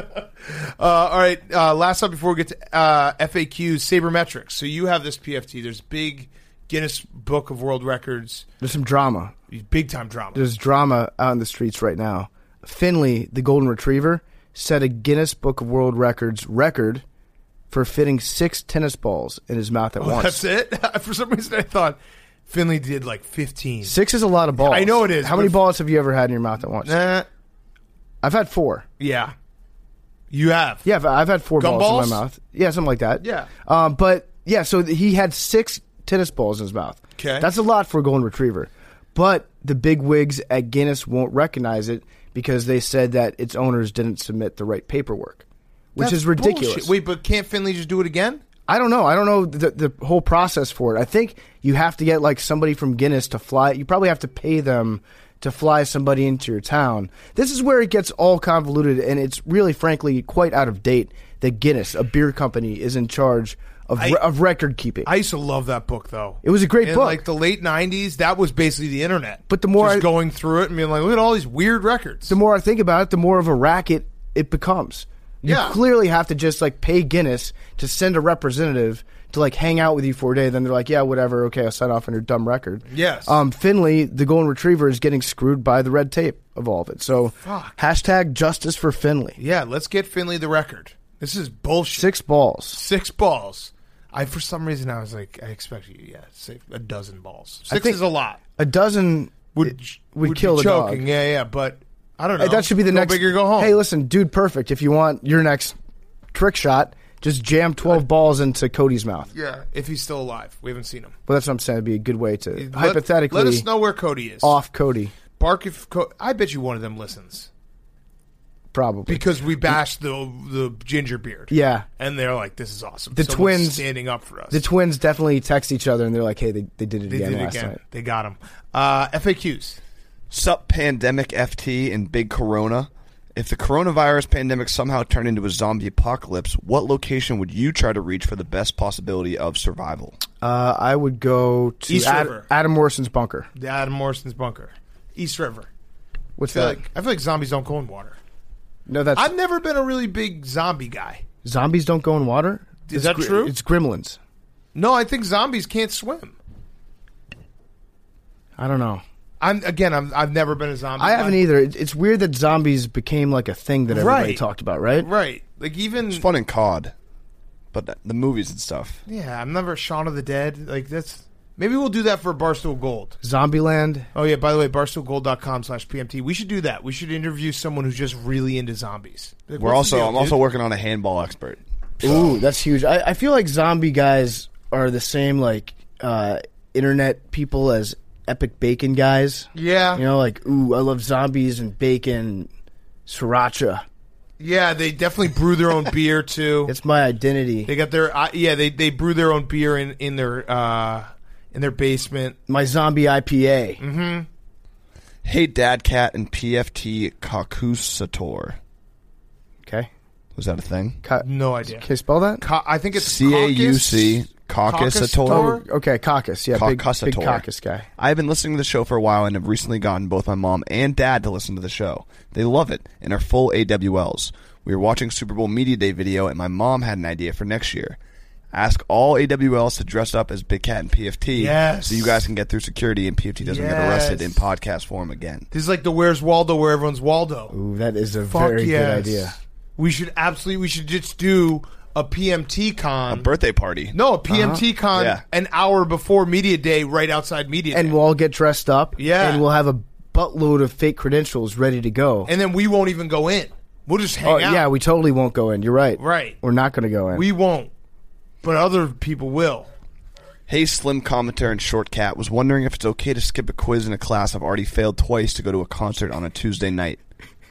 Uh, all right, uh, last up before we get to uh, FAQs, sabermetrics. So you have this PFT. There's big Guinness Book of World Records,
There's some drama.
big time drama.
There's drama out in the streets right now. Finley, the golden retriever, set a Guinness Book of World Records record for fitting six tennis balls in his mouth at once.
Oh, That's it. <laughs> For some reason, I thought Finley did like 15.
Six is a lot of balls.
I know it is,
How many
but-
balls have you ever had in your mouth at once?
Nah,
I've had four.
yeah, you have.
Yeah, I've- I've had four balls in
Gumballs?
my mouth. Yeah, something like that.
Yeah.
Um, but yeah, so th- he had six tennis balls in his mouth.
'Kay.
That's a lot for a golden retriever. But the big wigs at Guinness won't recognize it because they said that its owners didn't submit the right paperwork, which
That's
is ridiculous.
bullshit. Wait, but can't Finley just do it again?
I don't know. I don't know the, the whole process for it. I think you have to get like somebody from Guinness to fly. You probably have to pay them to fly somebody into your town. This is where it gets all convoluted, and it's really, frankly, quite out of date. That Guinness, a beer company, is in charge of
I-
of record keeping.
I used to love that book though.
It was a great
In,
book.
Like the late '90s, that was basically the internet.
But the more
Just
I-
going through it and being like, look at all these weird records.
the more I think about it, the more of a racket it becomes. You
Yeah.
clearly have to just like pay Guinness to send a representative to like hang out with you for a day. Then they're like, yeah, whatever. Okay, I'll sign off on your dumb record.
Yes.
Um, Finley, the golden retriever, is getting screwed by the red tape of all of it. So hashtag justice for Finley.
yeah, let's get Finley the record. This is bullshit.
Six balls.
Six balls. I for some reason I was like, I expect you. Yeah, say a dozen balls. Six
think-
is a lot.
A dozen
Would
it
would,
would, kill
be
the
choking.
dog.
Yeah, yeah. But I don't know.
Hey, that should be the
go
next.
big or go home.
Hey, listen, dude, perfect. If you want your next trick shot, just jam twelve balls into Cody's mouth.
Yeah, if he's still alive, we haven't seen him.
Well, that's what I'm saying. It'd be a good way to
Let-
hypothetically
let us know where Cody is.
off Cody,
Bark if Co- I bet you one of them listens
probably.
because we bashed the the ginger beard.
yeah,
and they're like, "This is awesome."
The
Someone's
twins-
standing up for us.
the twins definitely text each other and they're like, "Hey, they, they did it
they
again
did it
last
again.
night."
They got him. Uh, FAQs.
Sup, pandemic FT and big corona. If the coronavirus pandemic somehow turned into a zombie apocalypse, what location would you try to reach for the best possibility of survival?
Uh, I would go to
East
Ad-
River.
Adam Morrison's bunker.
The Adam Morrison's bunker, East River.
What's
I feel,
that?
like, I feel like zombies don't go in water.
no, that's
I've never been a really big zombie guy.
zombies don't go in water.
Is that true?
It's gremlins.
No, I think zombies can't swim.
I don't know.
I'm again. I'm, I've never been a zombie.
I haven't
guy.
either. It, it's weird that zombies became like a thing that everybody
Right.
talked about, right?
Right. Like even
It's fun in COD, but th- the movies and stuff.
yeah. I'm never Shaun of the Dead. Like that's maybe we'll do that for Barstool Gold.
Zombieland.
Oh yeah. By the way, barstoolgold.com slash PMT. We should do that. We should interview someone who's just really into zombies. Like,
We're
what's the
also
deal,
I'm
dude?
also working on a handball expert.
Ooh, that's huge. I, I feel like zombie guys are the same like uh, internet people as epic bacon guys.
yeah.
You know, like, ooh, I love zombies and bacon, sriracha.
Yeah, they definitely brew their own beer too.
It's my identity.
They got their uh, yeah, they they brew their own beer in in their uh in their basement.
My zombie IPA.
Mm-hmm.
Hey, Dad Cat and PFT Kakusator.
Okay.
Was that a thing?
Ca-
No idea.
Can you spell that?
Co- I think it's
C A U C Caucusator.
oh, okay. Caucus. Yeah. Big, big
Caucusator.
caucus guy.
I have been listening to the show for a while and have recently gotten both my mom and dad to listen to the show. They love it and are full AWLs. We were watching Super Bowl Media Day video and my mom had an idea for next year. Ask all AWLs to dress up as Big Cat and PFT
Yes.
so you guys can get through security and PFT doesn't get arrested in
Yes.
podcast form again.
This is like the Where's Waldo where everyone's Waldo.
Ooh, that is a
Fuck
very
yes.
good idea.
We should absolutely we should just do a PMT con.
A birthday party.
no, a PMT con
Yeah.
an hour before media day right outside media
And
day.
we'll all get dressed up.
Yeah.
And we'll have a buttload of fake credentials ready to go.
and then we won't even go in. We'll just hang
oh,
out.
yeah. We totally won't go in. You're right.
Right.
We're not going to go in.
we won't. But other people will.
Hey, Slim Commenter and Short Cat was wondering if it's okay to skip a quiz in a class I've already failed twice to go to a concert on a Tuesday night.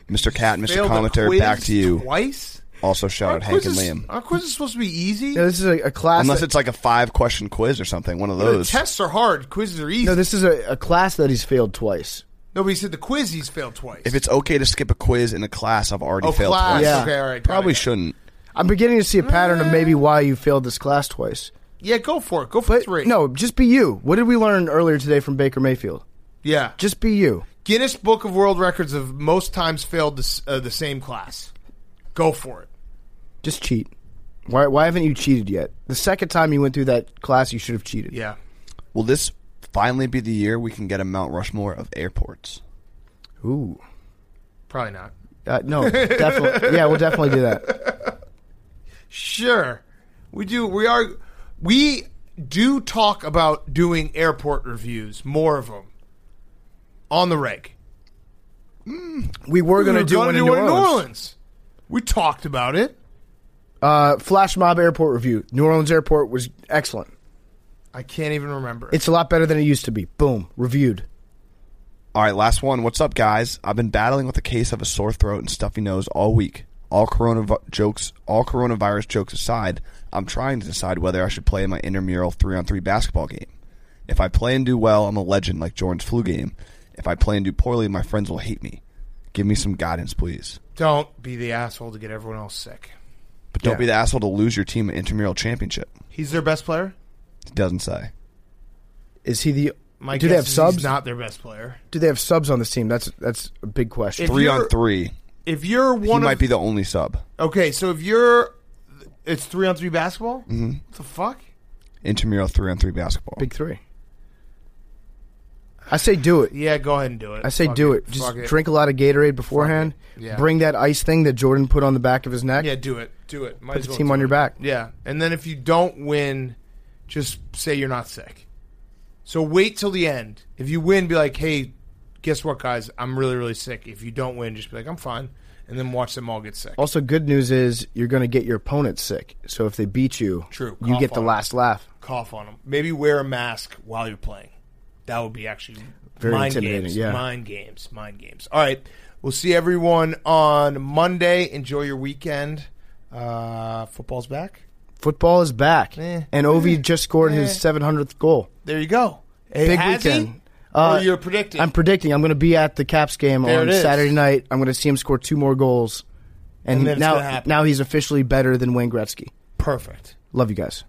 Mr. Cat, Mr.
Failed a
Commenter,
quiz
back to you.
Twice?
Also, shout out
Our
Hank
quiz
and
is-
Liam.
Our quiz is supposed to be easy.
No, this is a, a class.
Unless
that-
it's like a five question quiz or something, one of
the
those.
tests are hard. Quizzes are easy.
no,
No,
this is a, a class that he's failed twice.
but he said the quiz he's failed twice.
If it's okay to skip a quiz in a class I've already
oh,
failed
class.
twice,
Yeah.
Okay, all right. got
probably
it.
shouldn't.
I'm beginning to see a pattern of maybe why you failed this class twice.
Yeah, go for it. Go for
But
three.
no, just be you. What did we learn earlier today from Baker Mayfield?
Yeah.
Just be you.
Guinness Book of World Records of most times failed this, uh, the same class. Go for it.
Just cheat. Why, why haven't you cheated yet? The second time you went through that class, you should have cheated.
Yeah.
Will this finally be the year we can get a Mount Rushmore of airports?
Ooh.
Probably not.
Uh, no, definitely. Yeah, we'll definitely do that.
Sure. We do. We are. We do talk about doing airport reviews, more of them, on the reg.
We were going to do
gonna
one in New Orleans.
We talked about it.
Uh, Flash Mob Airport review. New Orleans Airport was excellent.
I can't even remember.
It's a lot better than it used to be. Boom. Reviewed.
All right, last one. What's up, guys? I've been battling with a case of a sore throat and stuffy nose all week. All corona jokes, all coronavirus jokes aside, I'm trying to decide whether I should play in my intramural three on three basketball game. If I play and do well, I'm a legend like Jordan's flu game. If I play and do poorly, my friends will hate me. Give me some guidance, please.
Don't be the asshole to get everyone else sick.
But don't
Yeah.
be the asshole to lose your team an intramural championship.
He's their best player.
It doesn't say.
Is he the?
My
do
guess
they have
is
subs?
He's not their best player.
do they have subs on this team? That's that's a big question.
If
Three
you're-
on three.
If you're
He
one of
might be the only sub.
okay, so if you're, it's three on three basketball. Mm-hmm. What the fuck?
Intramural three on three basketball.
Big three. I say do it.
Yeah, go ahead and do it.
I say
Fuck
do it.
Fuck
Just drink a lot of Gatorade beforehand.
Yeah.
Bring that ice thing that Jordan put on the back of his neck.
Yeah, do it. Do it. Might
Put
as
the
well
team
do
on your
it.
back.
Yeah, and then if you don't win, just say you're not sick. So wait till the end. If you win, be like, hey, guess what, guys? I'm really, really sick. If you don't win, just be like, I'm fine, and then watch them all get sick.
Also, good news is you're going to get your opponent sick. So if they beat you,
True.
you
Cough
get the
on 'em.
last laugh.
Cough on them. Maybe wear a mask while you're playing. That would be actually
Very
mind
intimidating,
games.
yeah.
Mind games. Mind games. All right. We'll see everyone on Monday. Enjoy your weekend. Uh, football's back.
Football is back,
Eh.
and Ovi just scored his 700th goal.
There you go. Hey,
Big
has he?
weekend.
Or
Uh,
you're predicting.
I'm predicting I'm going to be at the Caps game
There
on
it is.
Saturday night. I'm going to see him score two more goals, and,
And then it's gonna
now
happen.
now he's officially better than Wayne Gretzky.
Perfect.
Love you guys.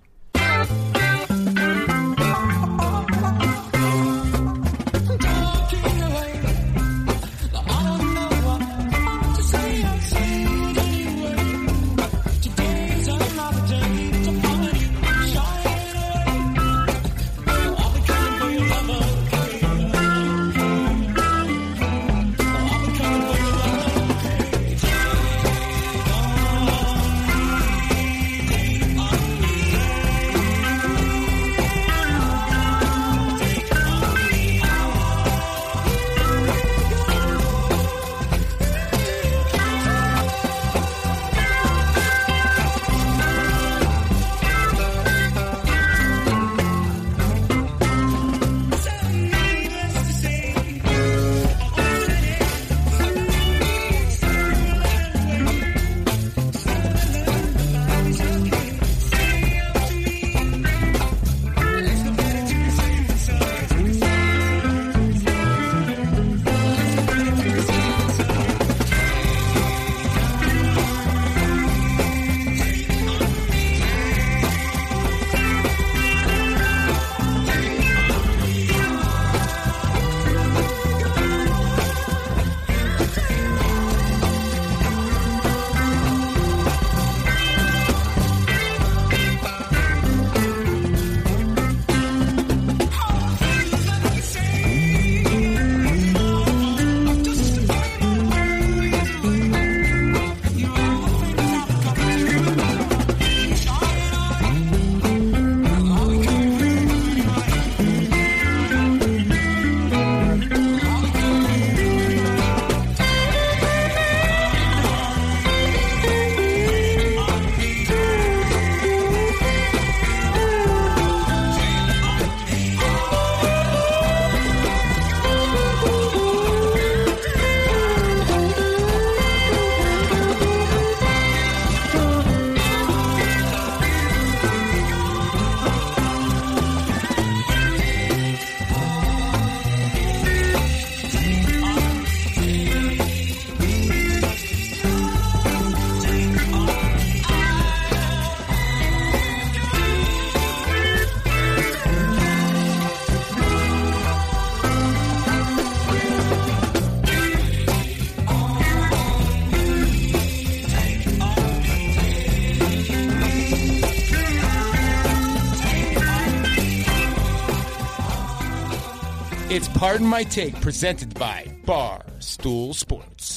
It's Pardon My Take presented by Bar Stool Sports.